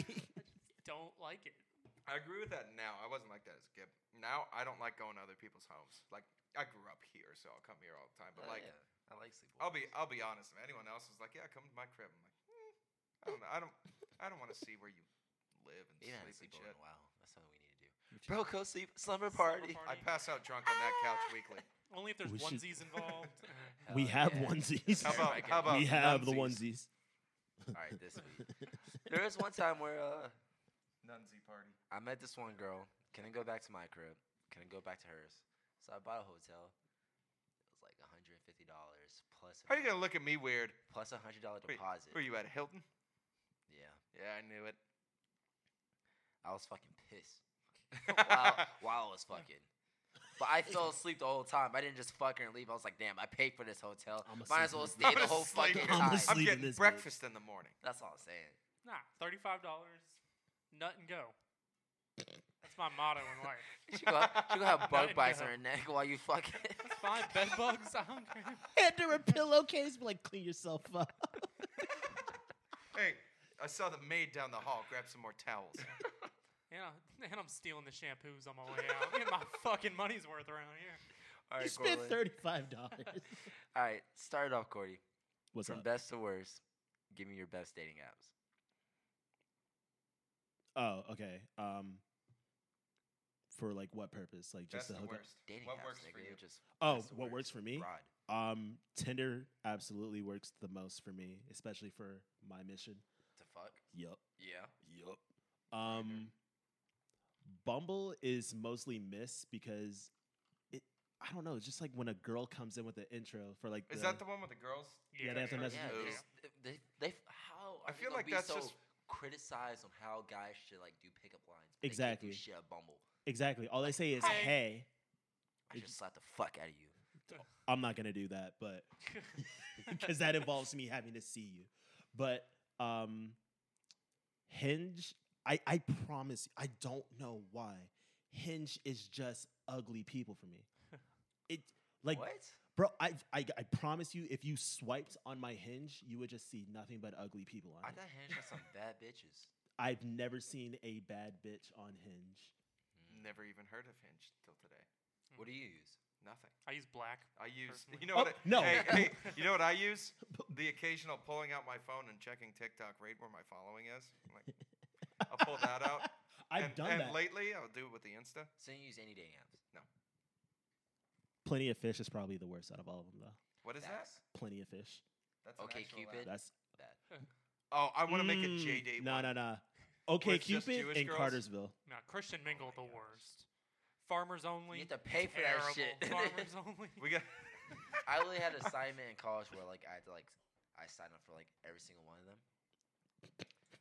A: Don't like it.
C: I agree with that now. I wasn't like that as a kid. Now I don't like going to other people's homes. Like I grew up here, so I'll come here all the time. But
B: Oh,
C: like
B: yeah, I like sleep.
C: I'll be I'll be honest. If anyone else was like, "Yeah, come to my crib," I'm like, "Mm, I don't know. I don't I don't want to see where you live and
B: We haven't had a
C: sleep and
B: sleepover in
C: shit.
B: a while. That's something we need to do. Bro, co sleep slumber party.
A: party.
C: I pass out drunk on that couch weekly.
A: Only if there's
D: We should-
A: onesies involved.
D: we
B: Hell
D: have
B: yeah.
D: onesies.
C: How about how about
D: we have the
C: nunsies?
D: onesies.
B: All right, this week. There was one time where uh,
C: nunsie party?
B: I met this one girl. Can I go back to my crib? Can I go back to hers? So I bought a hotel. It was like $150 plus.
C: How are you gonna look at me weird?
B: plus a hundred dollar
C: Wait,
B: deposit?
C: Were you at Hilton?
B: Yeah,
C: Yeah, I knew it.
B: I was fucking pissed while, while I was fucking. But I fell asleep the whole time. I didn't just fuck her and leave. I was like, damn, I paid for this hotel.
D: I'ma
B: Might as
D: sleep in
B: well
D: this
B: stay
C: bitch.
B: the whole
C: I'ma sleep-
B: fucking
D: I'ma
B: time.
C: I'm
D: sleep in
C: getting
D: this bitch.
C: breakfast in the morning.
B: That's all I'm saying.
A: nah, thirty-five dollars, nut and go. That's my motto in life.
B: She gonna, she gonna have bug
A: Nut
B: bites on
A: job.
B: her neck while you fucking.
A: It's fine. Bed bugs. I don't care.
D: Hand her a pillowcase, be like, clean yourself up.
C: Hey, I saw the maid down the hall grab some more towels.
A: You know, and I'm stealing the shampoos on my way out. I'm getting my fucking money's worth around here.
B: all
D: you
B: right,
D: spent
B: Corlin.
D: thirty-five dollars.
B: All right, start off, Cordy.
D: What's
B: From
D: up?
B: best to worst, give me your best dating apps.
D: Oh, okay. Um, for like what purpose? Like
C: That's
D: just
C: the
D: to hook up?
C: worst.
B: Dating
C: What
B: apps,
C: works
B: nigga,
C: for you?
B: Just
D: Oh,
B: best to
D: what
B: worst.
D: works for me?
B: Broad.
D: Um, Tinder absolutely works the most for me, especially for my mission.
B: To fuck.
D: Yup.
B: Yeah.
D: Yup.
C: Mm-hmm.
D: Um, Bumble is mostly miss because it. I don't know. It's just like when a girl comes in with an intro for like.
C: Is that the one with the girls?
D: Yeah, they have to
A: sure.
D: message
B: Yeah,
C: Ooh.
B: they, just- they, they, how
C: I
B: are they
C: feel
B: gonna
C: like
B: be
C: that's
B: so
C: just
B: criticized on how guys should like do pickup lines. but they can't do
D: Exactly.
B: shit at Bumble.
D: exactly all they say is
A: Hi.
D: hey.
B: I should slap the fuck out of you.
D: I'm not gonna do that, but because that involves me having to see you. But um, Hinge, I, I promise, I don't know why. Hinge is just ugly people for me. It like,
B: what?
D: bro, I, I I promise you, if you swiped on my Hinge, you would just see nothing but ugly people on
B: I
D: it.
B: got hinged on some bad bitches.
D: I've never seen a bad bitch on Hinge.
C: Mm-hmm. Never even heard of Hinge till today.
B: What do you use?
C: Nothing.
A: I use black.
C: I use.
A: Personally.
C: You know
D: Oh,
C: what? I,
D: no.
C: Hey, hey, you know what I use? The occasional pulling out my phone and checking TikTok right where my following is. I'm like, I'll pull that out. and,
D: I've done
C: and
D: that.
C: lately, I'll do it with the Insta.
B: So you use any dating apps?
D: Plenty of Fish is probably the worst out of all of them, though.
C: What is that?
B: That's-
D: Plenty of Fish.
C: That's an
B: Okay,
C: actual app.
B: Cupid.
D: That's
B: That.
C: Oh, I want to make a
D: Mm,
C: J date.
D: No,
C: one.
D: no, no. Okay,
C: it's just
D: Cupid
C: Jewish
D: in
C: girls?
D: Cartersville.
A: No, Christian Mingle,
B: my
A: the
B: gosh.
A: worst. Farmers only.
B: You have to pay for
A: terrible.
B: that shit.
A: Farmers only.
C: We got.
B: I literally had an assignment in college where like I had to like I signed up for like every single one of them.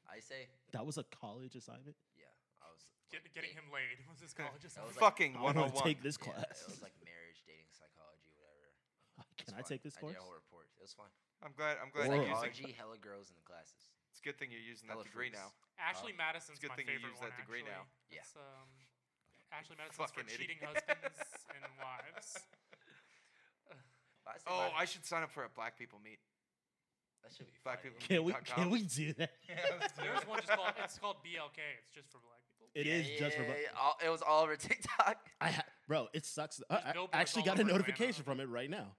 B: I say,
D: That was a college assignment.
B: yeah, I was
A: Get,
B: like,
A: getting
B: date-
A: him laid was his college
B: That was like-
A: assignment.
C: fucking
D: I want to
C: 101.
D: take this
B: yeah,
D: class.
B: It was like marriage, dating, psychology, whatever. It was
D: Can
B: fun.
D: I take this course?
B: I did a whole report. It was fun.
C: I'm glad. I'm glad you're using.
B: Psychology, hella girls in the classes.
C: It's a good thing you're using that
B: hella
C: degree
B: fruits.
C: now.
A: Ashley Madison's
C: Um, good
A: my
C: thing you
A: favorite
C: used
A: one.
C: that degree
A: actually.
C: now.
B: Yeah.
A: It's, um, Ashley Madison's for
C: Fucking idiot.
A: cheating husbands and wives.
B: Last time
C: Oh,
B: I,
C: I should sign up for a Black People Meet.
B: that should be
C: black
B: fun,
C: people-
B: dude.
D: Can we?
C: Dot com.
D: Can we do that?
A: There's one just
B: Oh,
A: called it's called BLK. It's just for black people.
D: It
B: Yeah,
D: is just for.
B: yeah,
D: bu-
B: yeah, all, it was all over TikTok.
D: I ha- bro, it sucks. I- I,
A: billboards
D: actually
A: all
D: got a
A: over
D: notification
A: Atlanta.
D: from it right now.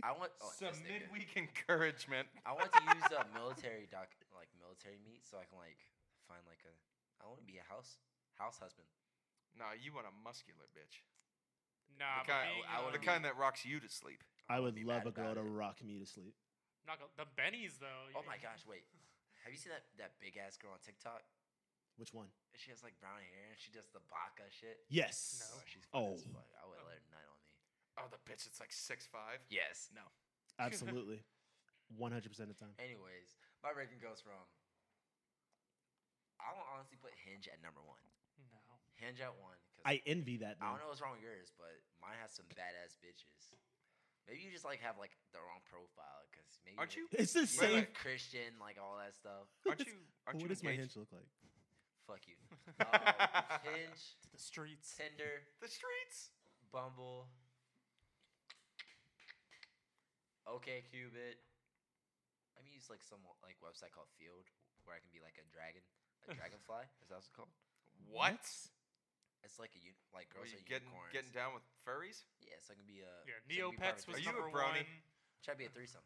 B: I want oh,
C: Some
B: this nigga.
C: midweek encouragement.
B: I want to use a military doc, like military meat, so I can like find like a. I want to be a house house husband.
C: No, you want a muscular bitch.
A: Nah,
C: the
A: but
C: kind,
A: being,
B: I
A: uh,
B: wanna
C: the
B: be-
C: kind that rocks you to sleep.
D: I
B: wanna
D: would
B: be
D: love
B: mad
D: a
B: about
D: girl to
B: it.
D: rock me to sleep.
A: not go- the Bennies though. you
B: Oh my
A: know.
B: gosh! Wait, have you seen that that big ass girl on TikTok?
D: Which one?
B: She has like brown hair and she does the baka shit. Oh,
D: Yes.
A: No.
B: she's fine as
D: Oh.
B: fuck. I would let her nut on me.
C: Oh, the bitch that's like six five.
B: Yes.
C: No.
D: Absolutely. 100% of the time.
B: Anyways, my ranking goes from. I will honestly put Hinge at number one.
A: No.
B: Hinge at one because
D: I envy that.
B: I
D: Man.
B: don't know what's wrong with yours, but mine has some badass bitches. Maybe you just like have like the wrong profile because maybe
C: Aren't
B: you're-
C: you?
D: It's the
B: you're,
D: same.
B: like, Christian, like all that stuff.
C: Aren't you? Aren't you
D: what does my
C: engaged?
D: hinge look like?
B: Fuck you. Uh, Hinge,
A: To the streets.
B: Tinder,
C: The streets.
B: Bumble, OKCupid. I'm gonna use like some like website called Field where I can be like a dragon, a dragonfly. Is that what it's called?
C: What?
B: It's like a uni- like
C: Are
B: girls
C: you
B: are
C: getting
B: unicorns.
C: getting down with furries?
B: yeah, so I can be a so I
A: Yeah,
B: can be part
A: Neopets
B: of
A: was
C: Are you a
A: number
C: brownie?
A: one.
B: Try to be a threesome.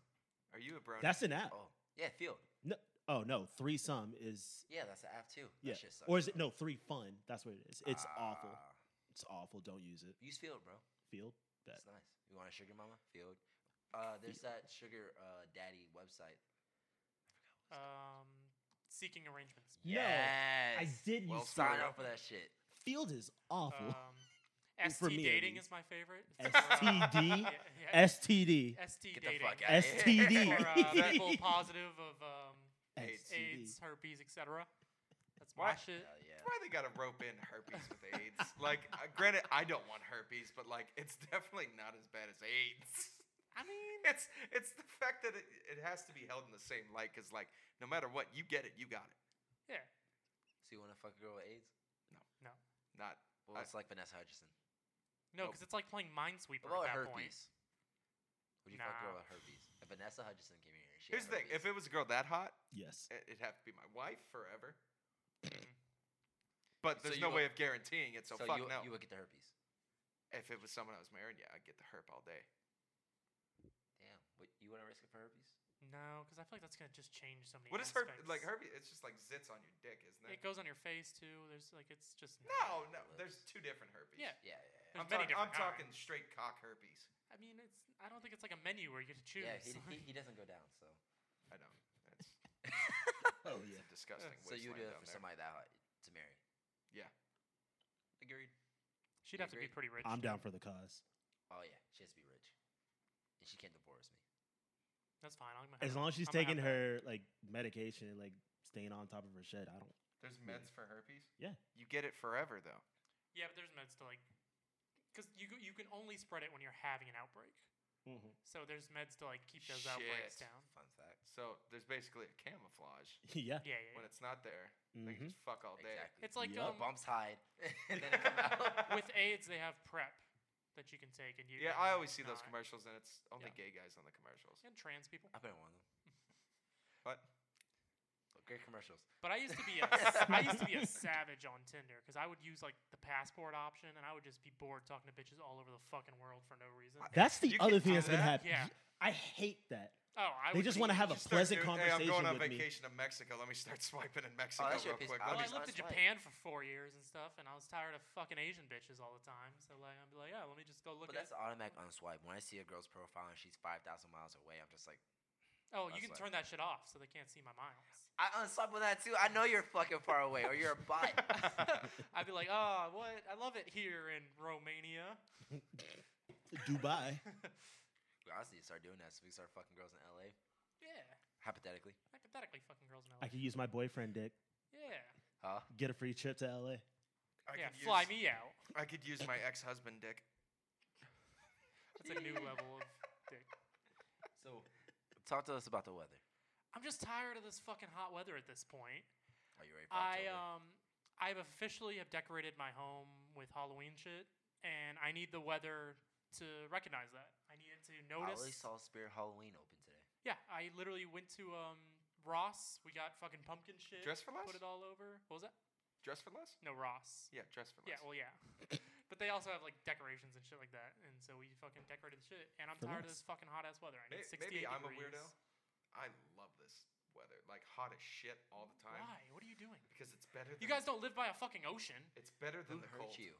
C: Are you a brownie?
D: That's an app.
B: Oh yeah, Field.
D: Oh, no. Threesome is.
B: Yeah, that's an app too. That
D: Yeah.
B: shit sucks.
D: Or is it? No, Three Fun. That's what it is. It's awful.
B: Ah,
D: It's awful. Don't use it.
B: Use Field, bro.
D: Field. That.
B: It's nice. You want a sugar mama? Field. Uh, there's that sugar uh, daddy website.
A: Um, seeking arrangements.
D: No,
B: Yes.
D: I did
C: Well,
D: use
C: sorry.
D: Field.
B: Sign up for that shit.
D: Field is awful.
A: Um,
D: Well,
A: ST
D: for me, at
A: dating
D: least.
A: is my favorite. uh,
D: STD?
A: Yeah, yeah,
D: STD.
A: ST
B: Get the
A: dating.
B: fuck out of here.
D: STD.
A: For uh, people positive of um,
C: AIDS.
D: STD.
A: AIDS, herpes, etc. That's my
C: What?
A: shit.
B: Hell yeah.
C: That's why they gotta rope in herpes with AIDS. like, uh, granted, I don't want herpes, but like, it's definitely not as bad as AIDS.
A: I mean,
C: It's it's the fact that it, it has to be held in the same light because like no matter what you get it you got it
A: yeah.
B: So you want to fuck a girl with AIDS?
C: not
B: Well,
C: I-
B: it's like Vanessa Hutchinson.
C: Nope.
A: No, because it's like playing Minesweeper
B: What about
A: at that point.
B: herpes? Would you fuck a girl
A: Nah.
B: with herpes? If Vanessa Hutchinson came here, she
C: here's the
B: had
C: thing if
B: herpes.
C: it was a girl that hot
D: Yes.
C: it, Eh, it'd have to be my wife forever
A: Mm.
C: but
B: So
C: there's
B: you
C: no
B: would-
C: way of guaranteeing it so, fuck
B: you,
C: no
B: you would get the herpes.
C: if it was someone I was married yeah I'd get the herp all day
B: Damn, Would you want to risk it for herpes?
A: No, because I feel like that's gonna just change so many.
C: what is herp
A: aspects.
C: like herpes it's just like zits on your dick isn't it
A: It goes on your face too. There's like it's just
C: no no there's two different herpes
A: Yeah.
B: Yeah, yeah. yeah.
C: I'm,
A: There's many
C: talk- I'm
A: different
C: talking straight cock herpes
A: I mean, it's. I don't think it's like a menu where you get to choose.
B: Yeah, he, he, he doesn't go down, so.
C: I know that's
D: Oh
C: it's a disgusting
B: so you would do
C: wasteland
B: it
C: down
B: for
C: there.
B: somebody that hot to marry.
C: Yeah.
B: Agreed.
A: She'd have to be
B: Agreed.
A: pretty rich.
D: I'm
A: too.
D: down for the cause.
B: Oh yeah, she has to be rich, and she can't divorce me.
A: That's fine. I'm gonna have
D: As long as she's
A: I'm gonna
D: taking
A: have
D: her like medication and like staying on top of her shit, I don't.
C: There's
B: Hmm.
D: Yeah.
C: meds for herpes?
D: Yeah.
C: You get it forever, though.
A: that. Yeah, but there's meds to like, because you go- you can only spread it when you're having an outbreak. So there's meds to like keep those outbreaks
C: Mm-hmm. Shit.
A: down.
B: Fun fact.
C: So there's basically a camouflage.
D: yeah.
A: Yeah, yeah.
C: When
A: yeah.
C: it's not there, they
D: Mhm.
C: can just fuck all day.
B: Mm-hmm. Exactly.
A: It's like
D: Yup.
A: um,
B: bumps hide, and then it come out.
A: with AIDS they have prep that you can take and you.
C: yeah,
A: and
C: I
A: it's
C: always see those
A: not.
C: commercials, and it's only gay guys on the commercials.
A: And trans people.
B: I've been one of them.
C: But
B: Great commercials.
A: But I used to be a, s- I used to be a savage on Tinder because I would use like the passport option and I would just be bored talking to bitches all over the fucking world for no reason.
C: I-
D: That's the
C: You can
D: other
C: do
D: thing that's been
C: that?
D: happening.
A: Yeah.
D: I hate that.
A: Oh, I
D: They
A: would
D: just
A: be-
D: want to have a
C: Start
D: pleasant
C: doing, Hey,
D: conversation
C: I'm going on
D: with me.
C: vacation to Mexico. Let me start swiping in Mexico
B: that shit
C: real
B: pissed me
C: quick. Let me
A: Well,
B: off.
A: I
C: start
A: lived in
B: That's right.
A: Japan for four years and stuff, and I was tired of fucking Asian bitches all the time. So like, I'd be like, yeah, let me just go look
B: But
A: at.
B: that's automatic unswipe. When I see a girl's profile and she's five thousand miles away, I'm just like,
A: Oh, you
B: that's
A: can
B: like-
A: turn that shit off so they can't see my miles.
B: I unswipe with that too. I know you're fucking far away, or you're a bot.
A: I'd be like, oh, what? I love it here in Romania.
D: Dubai.
B: We honestly need to start doing that. So we start fucking girls in L.A.
A: Yeah,
B: Hypothetically,
A: hypothetically, fucking girls in LA.
D: I could use my boyfriend dick.
A: Yeah,
B: huh?
D: Get a free trip to LA.
C: I
A: yeah.
C: could
A: Fly
C: use,
A: me out.
C: I could use my ex-husband dick.
A: That's a new level of dick.
B: So, talk to us about the weather.
A: I'm just tired of this fucking hot weather at this point.
B: Are
C: Oh,
B: you ready for
A: I
B: October?
A: um, I've officially have decorated my home with Halloween shit, and I need the weather to recognize that. I need it to
B: I
A: notice.
B: only saw Spirit Halloween open today.
A: Yeah, I literally went to um Ross. We got fucking pumpkin shit.
C: Dress for less?
A: Put it all over. What was that?
C: Dress for less?
A: No, Ross.
C: Yeah, dress for
A: Yeah,
C: less.
A: well, yeah. but they also have like decorations and shit like that, and so we fucking decorated the shit. And I'm
D: For
A: tired of
D: less.
A: this fucking hot ass weather. I
C: May- maybe
A: need 68
C: I'm a
A: degrees.
C: weirdo. I love this weather. Like hot as shit all the time.
A: Why? What are you doing?
C: Because it's better. Than
A: You guys don't live by a fucking ocean.
C: It's better
B: Who
C: than the
B: hurt
C: cold.
B: you?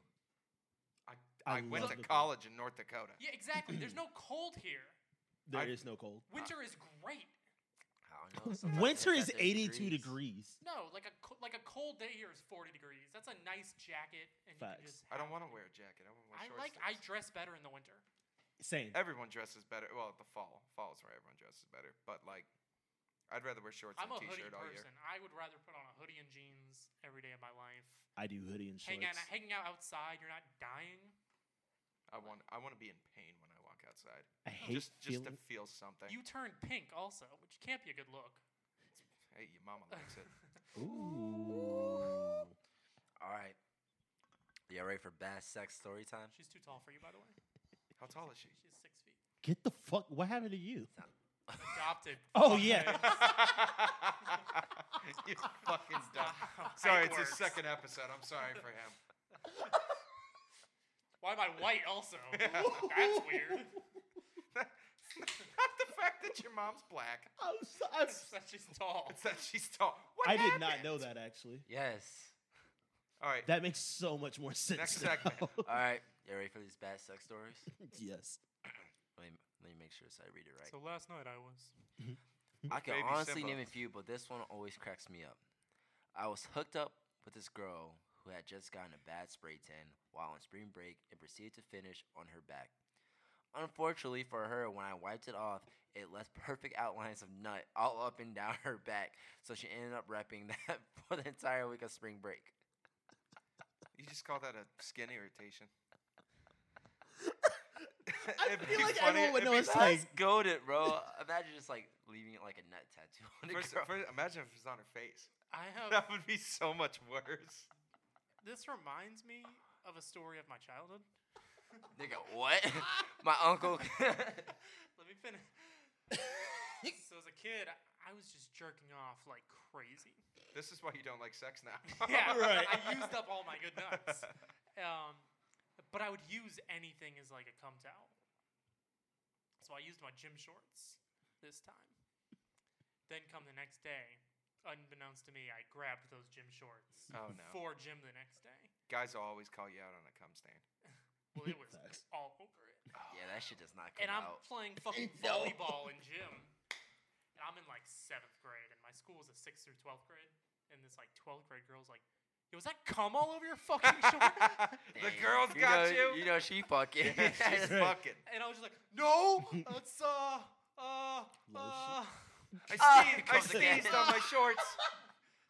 C: I,
D: I
C: went
D: love
C: to
D: the cold.
C: college in North Dakota.
A: Yeah, exactly. There's no cold here.
D: There is
C: I-
D: no cold.
A: Winter is great.
B: I don't know. sometimes
D: Winter
B: it's
D: is
B: at 30
D: 82 degrees.
A: No, like a co- like a cold day here is 40 degrees. That's a nice jacket, and you can
D: Facts.
A: just.
C: I don't want to wear a jacket. I want to wear
A: I
C: short
A: like. I
C: sleeves.
A: dress better in the winter.
D: Same.
C: everyone dresses better. Well, the fall. Fall is where everyone dresses better. But like, I'd rather wear shorts
A: I'm a
C: and
A: hoodie
C: t-shirt all year.
A: person. I would rather put on a hoodie and jeans every day of my life.
D: I do hoodie and shorts.
A: Hang out, hanging out outside. You're not dying.
C: I want. I want to be in pain when I walk outside.
D: I hate
C: just, just
D: feeling-
C: to feel something.
A: You turn pink also, which can't be a good look.
C: hey, your mama likes it.
D: Ooh.
B: All right. You all ready for bad sex story time?
A: She's too tall for you, by the way.
C: How tall is she?
A: She's six feet.
D: Get the fuck. What happened to you?
A: Adopted.
D: Oh,
A: Fuck
D: yeah.
A: face.
C: you fucking dumb.
A: How it
C: Sorry, it's his
A: works.
C: second episode. I'm sorry for him.
A: Why am I white also? That's weird.
C: Not the fact that your mom's black.
D: I'm so- I'm
A: It's that she's tall.
C: It's that she's tall. What
D: I did not
C: happened?
D: know that actually.
B: Yes.
C: All right.
D: That makes so much more sense.
C: Next segment.
D: now.
B: All right. You all ready for these bad sex stories?
D: yes.
B: Let me, let me make sure so I read it right.
A: So last night I was.
B: I can
C: Baby
B: honestly name
C: Simba.
B: a few, but this one always cracks me up. I was hooked up with this girl who had just gotten a bad spray tan while on spring break and proceeded to finish on her back. Unfortunately for her, when I wiped it off, it left perfect outlines of nut all up and down her back, so she ended up repping that for the entire week of spring break.
C: You just call that a skin irritation.
D: I
C: It'd
D: feel
C: be
D: like
C: funny-
D: everyone would
C: it'd
D: know
C: be
D: it's
C: funny-
D: like
B: That's goaded, bro. Imagine just like leaving it like a nut tattoo on a
C: First,
B: girl.
C: first, imagine if it's on her face.
A: I
D: Oh.
A: have.
C: That would be so much worse.
A: This reminds me of a story of my childhood.
B: Nigga, what? My uncle.
A: Let me finish. so as a kid, I was just jerking off like crazy.
C: This is why you don't like sex now.
A: yeah,
D: Right.
A: I used up all my good nuts. Um, but I would use anything as like a cum towel. So I used my gym shorts this time. Then come the next day, unbeknownst to me, I grabbed those gym shorts
C: Oh no.
A: for gym the next day.
C: Guys will always call you out on a cum stain.
A: Well, it was
D: Facts.
A: all over it.
B: yeah, that shit does not come
A: And I'm
B: out.
A: playing fucking
B: No.
A: volleyball in gym. And I'm in like seventh grade, and my school is a sixth through twelfth grade. And this like twelfth grade girl's like, "Yo, was that cum all over your fucking shorts?"
B: Dang.
C: the girl's
B: know,
C: got
B: You
C: you.
B: know she fucking.
C: Yeah, she's fucking.
A: And I was just like,
D: Oh,
A: no, it's uh, uh, uh.
D: Lotion.
B: Ah, it
C: I, sneezed,
D: Oh,
C: I
B: comes again.
C: sneezed on my shorts.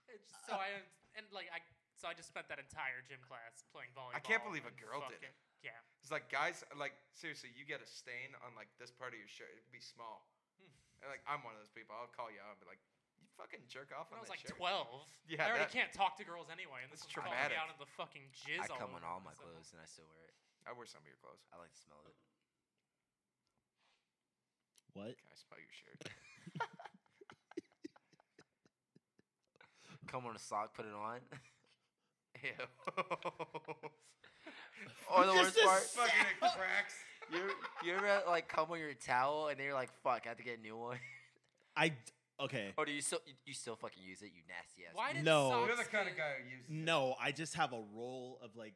A: It's, so I and like I so I just spent that entire gym class playing volleyball.
C: can't believe a
A: and
C: girl did
A: fucking-
C: it.
A: Yeah,
C: It's like guys, like seriously, you get a stain on like this part of your shirt. It'd be small. And like I'm one of those people. I'll call you out and be like, you fucking jerk off
A: when
C: on
A: I was
C: that
A: like
C: shirt.
A: twelve.
C: Yeah,
A: I already
C: that-
A: can't talk to girls anyway, and this is
C: That's
A: calling me
C: traumatic.
A: out of the fucking jizz.
B: I come
A: over
B: in all my
A: me, so-
B: clothes and I still wear it.
C: I wear some of your clothes.
B: I like to smell it.
D: what?
C: Can I smell your shirt?
B: come on a sock, put it on.
C: Ew.
B: or the
D: Just
B: worst
D: a
B: part,
C: Fucking it cracks.
B: you you ever like come on your towel and then you're like, fuck, I have to get a new one.
D: I d- okay.
B: or do you still you, you still fucking use it? You nasty ass.
A: Why did
D: No.
A: socks
C: You're the kind of
A: get-
C: guy who uses it.
D: No, I just have a roll of like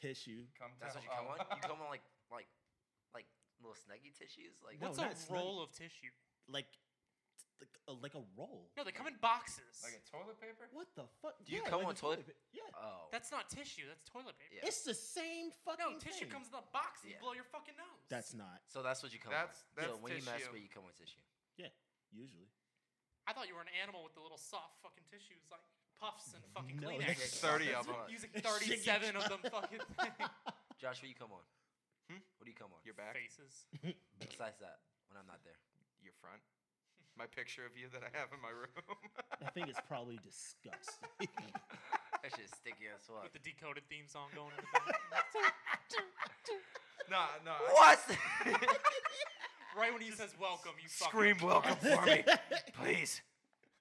D: tissue.
C: Come
B: That's
C: down.
B: what you come
C: Oh.
B: on. You come on like like like little snuggy tissues. Like
D: No,
A: What's
D: not
A: a
D: snuggie.
A: roll of tissue?
D: like like a, like a roll.
A: No, they come in boxes.
C: like a toilet paper?
D: What the fuck?
B: Do you come
D: like
B: on
D: a
B: toilet-
D: pa- Yeah.
B: oh,
A: That's not tissue. That's toilet paper.
B: yeah.
D: It's the same
A: No,
D: fucking
A: tissue
D: thing.
A: comes in the box.
B: Yeah.
A: You blow your fucking nose.
D: That's not
B: so that's what you come
C: That's-
B: on.
C: that's
B: so when you mess
C: tissue.
B: with, you come on tissue.
D: usually.
A: I thought you were an animal with the little soft fucking tissues, like puffs and fucking
D: No,
A: Kleenex.
D: that's
B: Kleenex.
D: not-
C: 30 of
D: that's-
C: them.
A: Using
D: Shit, you
A: 37 of them
D: can't-
A: fucking thing.
B: Josh, what you come on?
C: Hmm?
B: What do you come on?
C: Your back?
A: faces.
B: Besides that, when I'm not there.
C: Your front? My picture of you that I have in my room?
D: I think it's probably disgusting.
B: That shit's sticky as fuck.
A: With the decoded theme song going in the back.
C: No, no. I-
B: What?
A: right when he says welcome, you fucking
C: Scream welcome for me, please.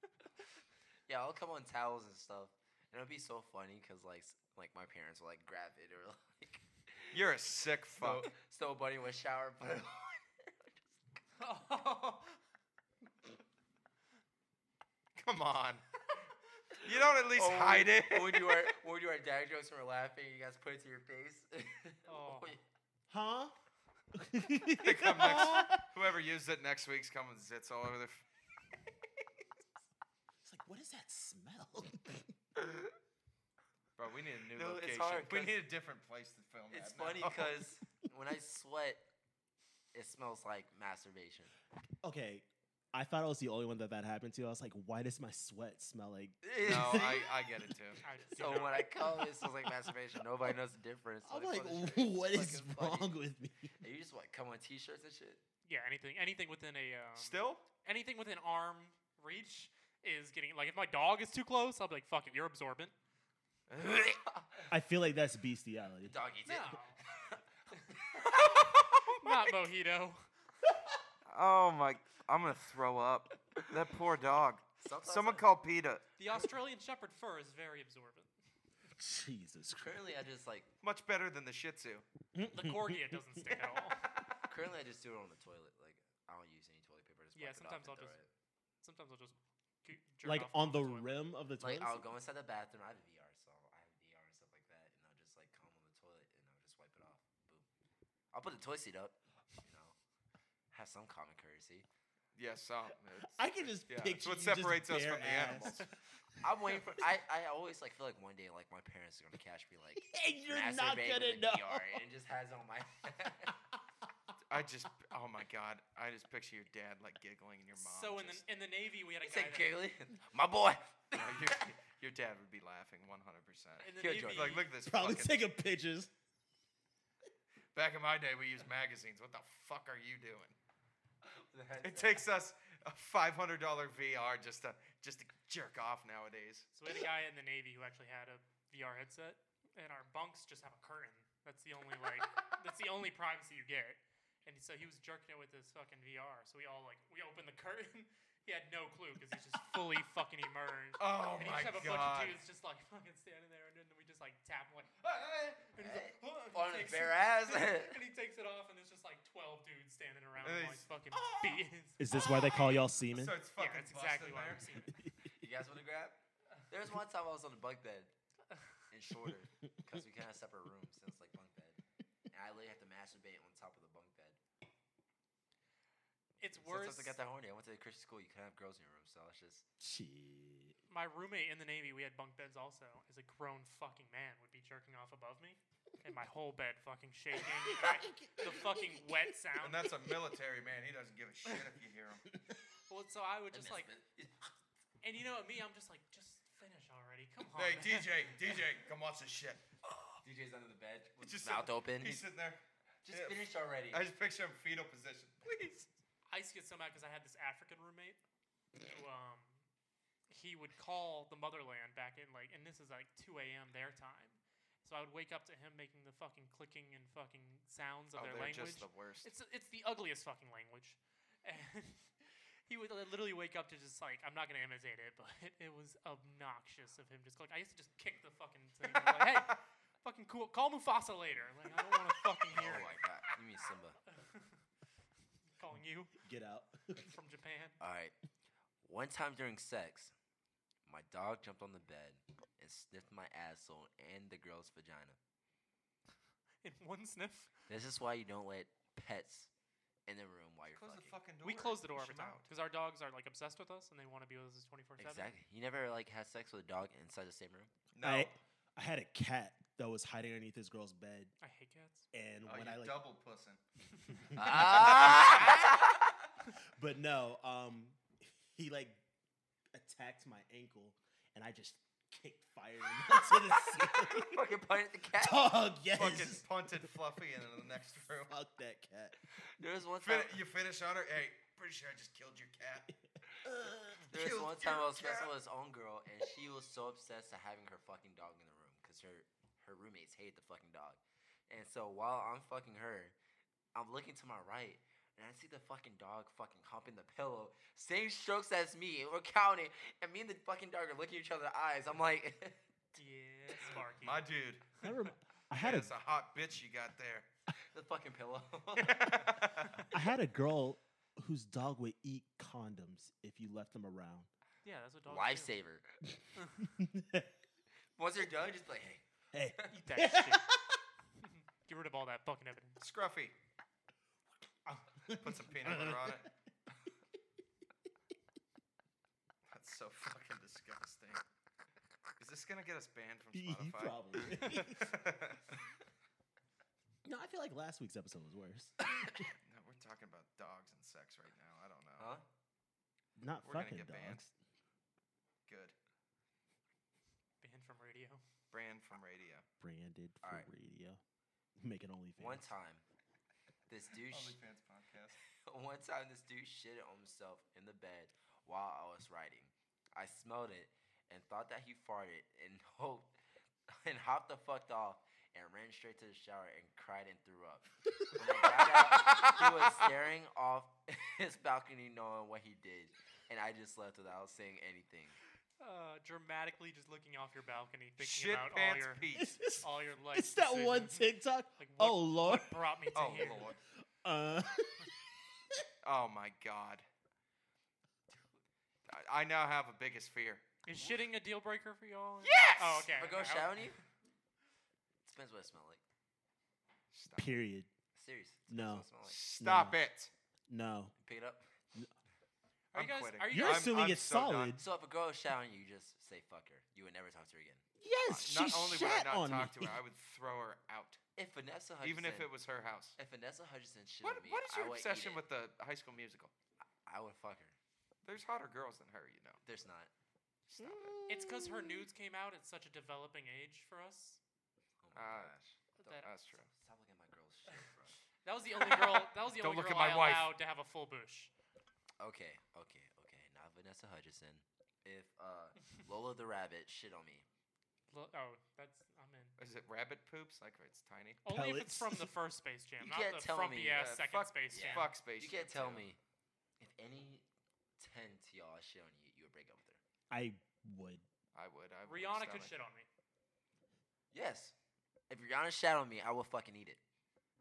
B: yeah, I'll come on towels and stuff. And it'll be so funny because like s- like my parents will like grab it or like
C: You're a sick fuck.
B: Snow Bunny would shower put it on.
A: Oh.
C: Come on. You don't at least
B: Or when-
C: hide it.
B: or when Oh, you are when you are dad jokes and we're laughing, you guys put it to your face.
A: Oh.
B: yeah.
D: huh?
C: come next. Whoever used it next week's coming zits all over their. F-
D: It's like, what is that smell?
C: Bro, we need a new
B: No,
C: location.
B: it's hard
C: we
B: 'cause
C: need a different place to film.
B: It's
C: that now.
B: funny because when I sweat, it smells like masturbation.
D: okay, I thought I was the only one that that happened to. I was like, why does my sweat smell like?
C: no, I, I get it too.
A: I do
B: so
A: not-
B: when I come, it smells like masturbation. Nobody knows the difference. so
D: I'm
B: I
D: like,
B: feel this shit.
D: what
B: It's
D: is
B: fucking
D: wrong
B: funny.
D: with me?
B: And you just what come on t-shirts and shit.
A: yeah, anything, anything within a um,
C: Still,
A: anything within arm reach is getting like if my dog is too close, I'll be like, "Fuck it, you're absorbent."
D: I feel like that's bestiality.
B: the dog eats it.
A: Not mojito.
C: oh my! I'm gonna throw up. That poor dog.
B: Sometimes I-
C: called Peta.
A: The Australian Shepherd fur is very absorbent.
D: Jesus Christ.
B: Currently, I just like
C: Much better than the Shih Tzu.
A: The corgi doesn't stink at all.
B: currently I just do it on the toilet. Like I don't use any toilet paper. I Just
A: Yeah,
B: wipe it off
A: sometimes
B: and
A: I'll
B: throw
A: just- Sometimes I'll just g- jerk
D: like
A: off
D: on the
A: toilet.
D: rim of the
B: it. like
D: toilet.
B: I'll go inside the bathroom. I have a VR, so I'll- I have a VR and stuff like that, and I'll just like come on the toilet and I'll just wipe it off. Boom. I'll put the toy seat up. You know, have some common courtesy.
C: Yes, yeah, some. It's-
D: I can just
C: yeah, it's
D: picture
C: what
D: you just
C: separates us
D: bare
C: from the
D: ass.
C: animals.
B: I'm waiting for. I, I always like feel like one day like my parents are gonna catch me like
D: And you're not
B: masturbating in
D: gonna
B: the
D: know.
B: VR and it just has it on my.
C: I just. Oh my God! I just picture your dad like giggling and your mom.
A: So in
C: just,
A: the in the Navy, we had
B: It's
A: a
B: like
A: guy. That,
B: giggling. My boy.
C: Oh, your, your dad would be laughing 100. percent
A: in the
B: Kill
A: Navy,
B: Jordan.
C: Like, look at this.
D: Probably
C: fucking-
D: taking pictures.
C: Back in my day, we used magazines. What the fuck are you doing? It
B: That's-
C: takes us a $500 VR just to just to jerk off nowadays.
A: So we had a guy in the Navy who actually had a VR headset, and our bunks just have a curtain. That's the only like that's the only privacy you get. And so he was jerking it with his fucking VR. So we all like we opened the curtain. He had no clue because he's just fully fucking immersed.
C: Oh
A: and he
C: my
A: just have a bunch of
C: god!
A: dudes just like fucking standing there, and then we just like tap him like, "Ah," and he's like, "Huh," and he
B: On his
A: takes
B: bare
A: it-
B: ass.
A: and he takes it off, and there's just like twelve dudes standing around,
C: And
A: and
C: they
A: like
C: s-
A: fucking
C: "Ah!"
A: beat his
D: Is this why they call y'all semen?
C: So it's
A: yeah,
C: fucking
A: that's
C: busted
A: exactly why
C: there.
A: I'm seeing it.
B: You guys want to grab? There was one time I was on a bunk bed in shorter because we kind of separate rooms since like bunk bed, and I literally have to masturbate on top of the bunk bed.
A: It's worse.
B: Sometimes I got that horny. I went to the Christian school. You can't have girls in your room, so it's just
D: Shit.
A: my roommate in the Navy, we had bunk beds also. As a grown fucking man would be jerking off above me, and my whole bed fucking shaking. and I- the fucking wet sound.
C: And that's a military man. He doesn't give a shit if you hear him.
A: well, so I
B: I
A: would just
B: miss
A: like,
B: it.
A: and you know, at me, I'm just like, just finish already. Come on.
C: Hey DJ, DJ, come watch this shit.
B: DJ's under the bed with his
C: Just
B: mouth open.
C: He's sitting there.
B: just
C: yeah.
B: finish already.
C: I just picture him fetal position. Please.
A: I used to get so mad because I had this African roommate who, um, he would call the motherland back in like, and this is like 2 a.m. their time. So I would wake up to him making the fucking clicking and fucking sounds of
C: Oh,
A: their
C: they're
A: language.
C: just the worst.
A: It's it's the ugliest fucking language, and he would li- literally wake up to just like I'm not gonna imitate it, but it was obnoxious of him. Just like I used to just kick the fucking thing. like, hey, fucking cool. Call Mufasa later. Like I don't want to fucking hear
B: Oh
A: it.
B: my god. You mean Simba.
A: Calling you
D: Get out.
A: from Japan.
B: All right. One time during sex, my dog jumped on the bed and sniffed my asshole and the girl's vagina.
A: in one sniff.
B: This is why you don't let pets in the room while you're
C: Close the
B: fucking.
C: fucking door.
A: We close the door
C: Push
A: every
C: 'em
A: time
C: out.
A: because our dogs are like obsessed with us and they want to be with us 24 7.
B: Exactly. You never like had sex with a dog inside the same room.
C: No. Oh,
D: I, I had a cat that was hiding underneath his girl's bed,
A: I hate cats.
D: and
C: Oh,
D: when
C: you
D: I like,
C: double pussing.
B: Ah!
D: but no, um, he like attacked my ankle, and I just kicked fire into the ceiling.
B: fucking pointed at the cat.
D: Dog, yes.
C: Fucking punted Fluffy into the next room.
D: Fuck that cat.
B: There was one time.
C: Fin- you finish on her? Hey, pretty sure I just killed your cat.
B: There was
C: killed
B: one time I
C: your
B: was messing
C: cat.
B: with his own girl, and she was so obsessed to having her fucking dog in the room because her her roommates hate the fucking dog. And so while I'm fucking her, I'm looking to my right, and I see the fucking dog fucking humping the pillow, same strokes as me. and We're counting, and me and the fucking dog are looking at each other in the eyes. I'm like,
A: Yeah, Sparky.
C: My dude,
D: I, rem- I had a
C: that's a hot bitch you got there.
B: the fucking pillow.
D: I had a girl whose dog would eat condoms if you left them around.
A: yeah, that's what dogs do.
B: Lifesaver. Once you're done, just like, hey,
D: hey,
A: Eat that shit. Get rid of all that fucking evidence.
C: Scruffy. Put some peanut butter on it. That's so fucking disgusting. Is this gonna get us banned from
D: You
C: Spotify?
D: probably. no, I feel like last week's episode was worse.
C: no, we're talking about dogs and sex right now. I don't know.
B: huh?
D: Not
C: We're gonna
D: fucking
C: get
D: dogs.
C: banned. Good.
A: Banned from radio.
C: Brand from radio.
D: Branded for
B: Alright.
D: radio. Make an OnlyFans.
B: One time, this dude. sh-
C: fans podcast.
B: One time, this dude shitted on himself in the bed while I was writing. I smelled it and thought that he farted and hoped and hopped the fuck off and ran straight to the shower and cried and threw up. When I got out, he was staring off his balcony, knowing what he did, and I just left without saying anything.
A: Uh, dramatically just looking off your balcony, thinking
C: Shit
A: about all
C: pants
A: your,
C: peace.
A: all your life.
D: it's that one
A: decisions.
D: TikTok.
A: Like, what
D: Oh lord.
A: brought me to
C: Oh
A: here?
C: lord.
D: Uh,
C: Oh my god. I, I now have a biggest fear.
A: Is shitting a deal breaker for y'all?
C: Yes!
A: Oh, okay.
B: Or go
A: okay, I-
B: shower you? Depends what it smelled like.
C: Stop.
D: period.
B: Serious. depends
D: No.
B: What it smelled like.
C: Stop
D: No.
C: it.
D: No.
B: Pick it up.
A: Are
C: I'm
A: you guys?
C: quitting.
A: Are you
D: You're
A: guys?
C: I'm-
D: assuming
C: I'm
D: it's
C: so done. Uh,
D: solid.
B: So if a girl is showering you, you just say fuck her. You would never talk to her again.
C: Uh,
D: Yes, she
C: not only would I
D: shat
C: not
D: on
C: talk
D: me.
C: to her, I would throw her out,
B: If Vanessa Hudgens
C: even if it was her house.
B: If Vanessa Hudgens shit
C: What,
B: on me,
C: what is
B: I
C: your
B: would eat
C: obsession
B: it.
C: with the High School Musical?
B: I would fuck her.
C: There's hotter girls than her, you know.
B: There's not.
C: Stop it.
A: It's because her nudes came out at such a developing age for us.
B: Oh my
C: Ah,
B: gosh. Don't-
A: that-
C: That's true.
B: Stop looking at my girl's shit, bro.
A: That was the only girl. That was the
C: Don't
A: only
C: look at
A: girl
C: my
A: I
C: wife.
A: allowed to have a full bush.
B: Okay, okay, okay. Not Vanessa Hudgens. If uh, Lola the rabbit shit on me,
A: Lo- oh, that's I'm in.
C: Is it rabbit poops? Like it's tiny.
A: Only if it's from the first Space Jam,
B: You
A: not
B: can't
A: the
B: tell
A: frumpy
B: me,
A: ass
C: uh,
A: second
C: fuck-
A: Space
B: yeah.
A: Jam.
C: Fuck space.
B: you can't
C: Jam
B: tell
C: too.
B: me. If any ten to y'all shit on you, you would break up with her.
D: I would.
C: I would. I would
A: Rihanna could
C: stomach.
A: shit on me.
B: Yes. If Rihanna shat on me, I will fucking eat it.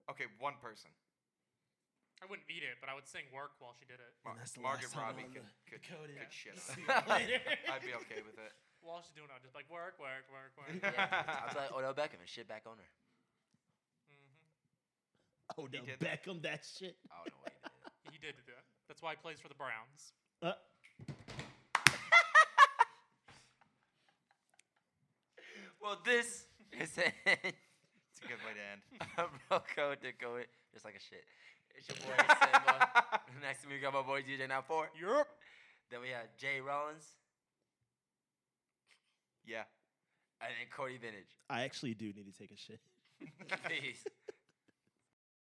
C: Okay, one person.
A: I wouldn't eat it, but I would sing "Work" while she did it.
C: Mar-
D: And that's the
C: Margaret
D: last time
C: Robbie
D: on
C: could,
D: the
C: could,
D: Dakota.
C: could shit on
D: See
C: me.
D: you later.
C: I'd be okay with it.
A: While she's doing it, I'd just be like "Work, work, work, work."
B: Yeah. I'd be like Odell Beckham and shit back on her.
A: mm-hmm.
D: Odell
C: did that.
D: Beckham, that shit.
B: I don't know what he did.
A: He did do that. That's why he plays for the Browns.
D: Uh,
B: Well, this is
C: It's a good way to end.
B: Bro Code to go it just like a shit. It's your boy Simba. Next we got my boy DJ Now Four.
A: Europe.
B: Then we have Jay Rollins
C: yeah.
B: and then Cody Vintage.
D: I actually do need to take a shit.
B: Peace.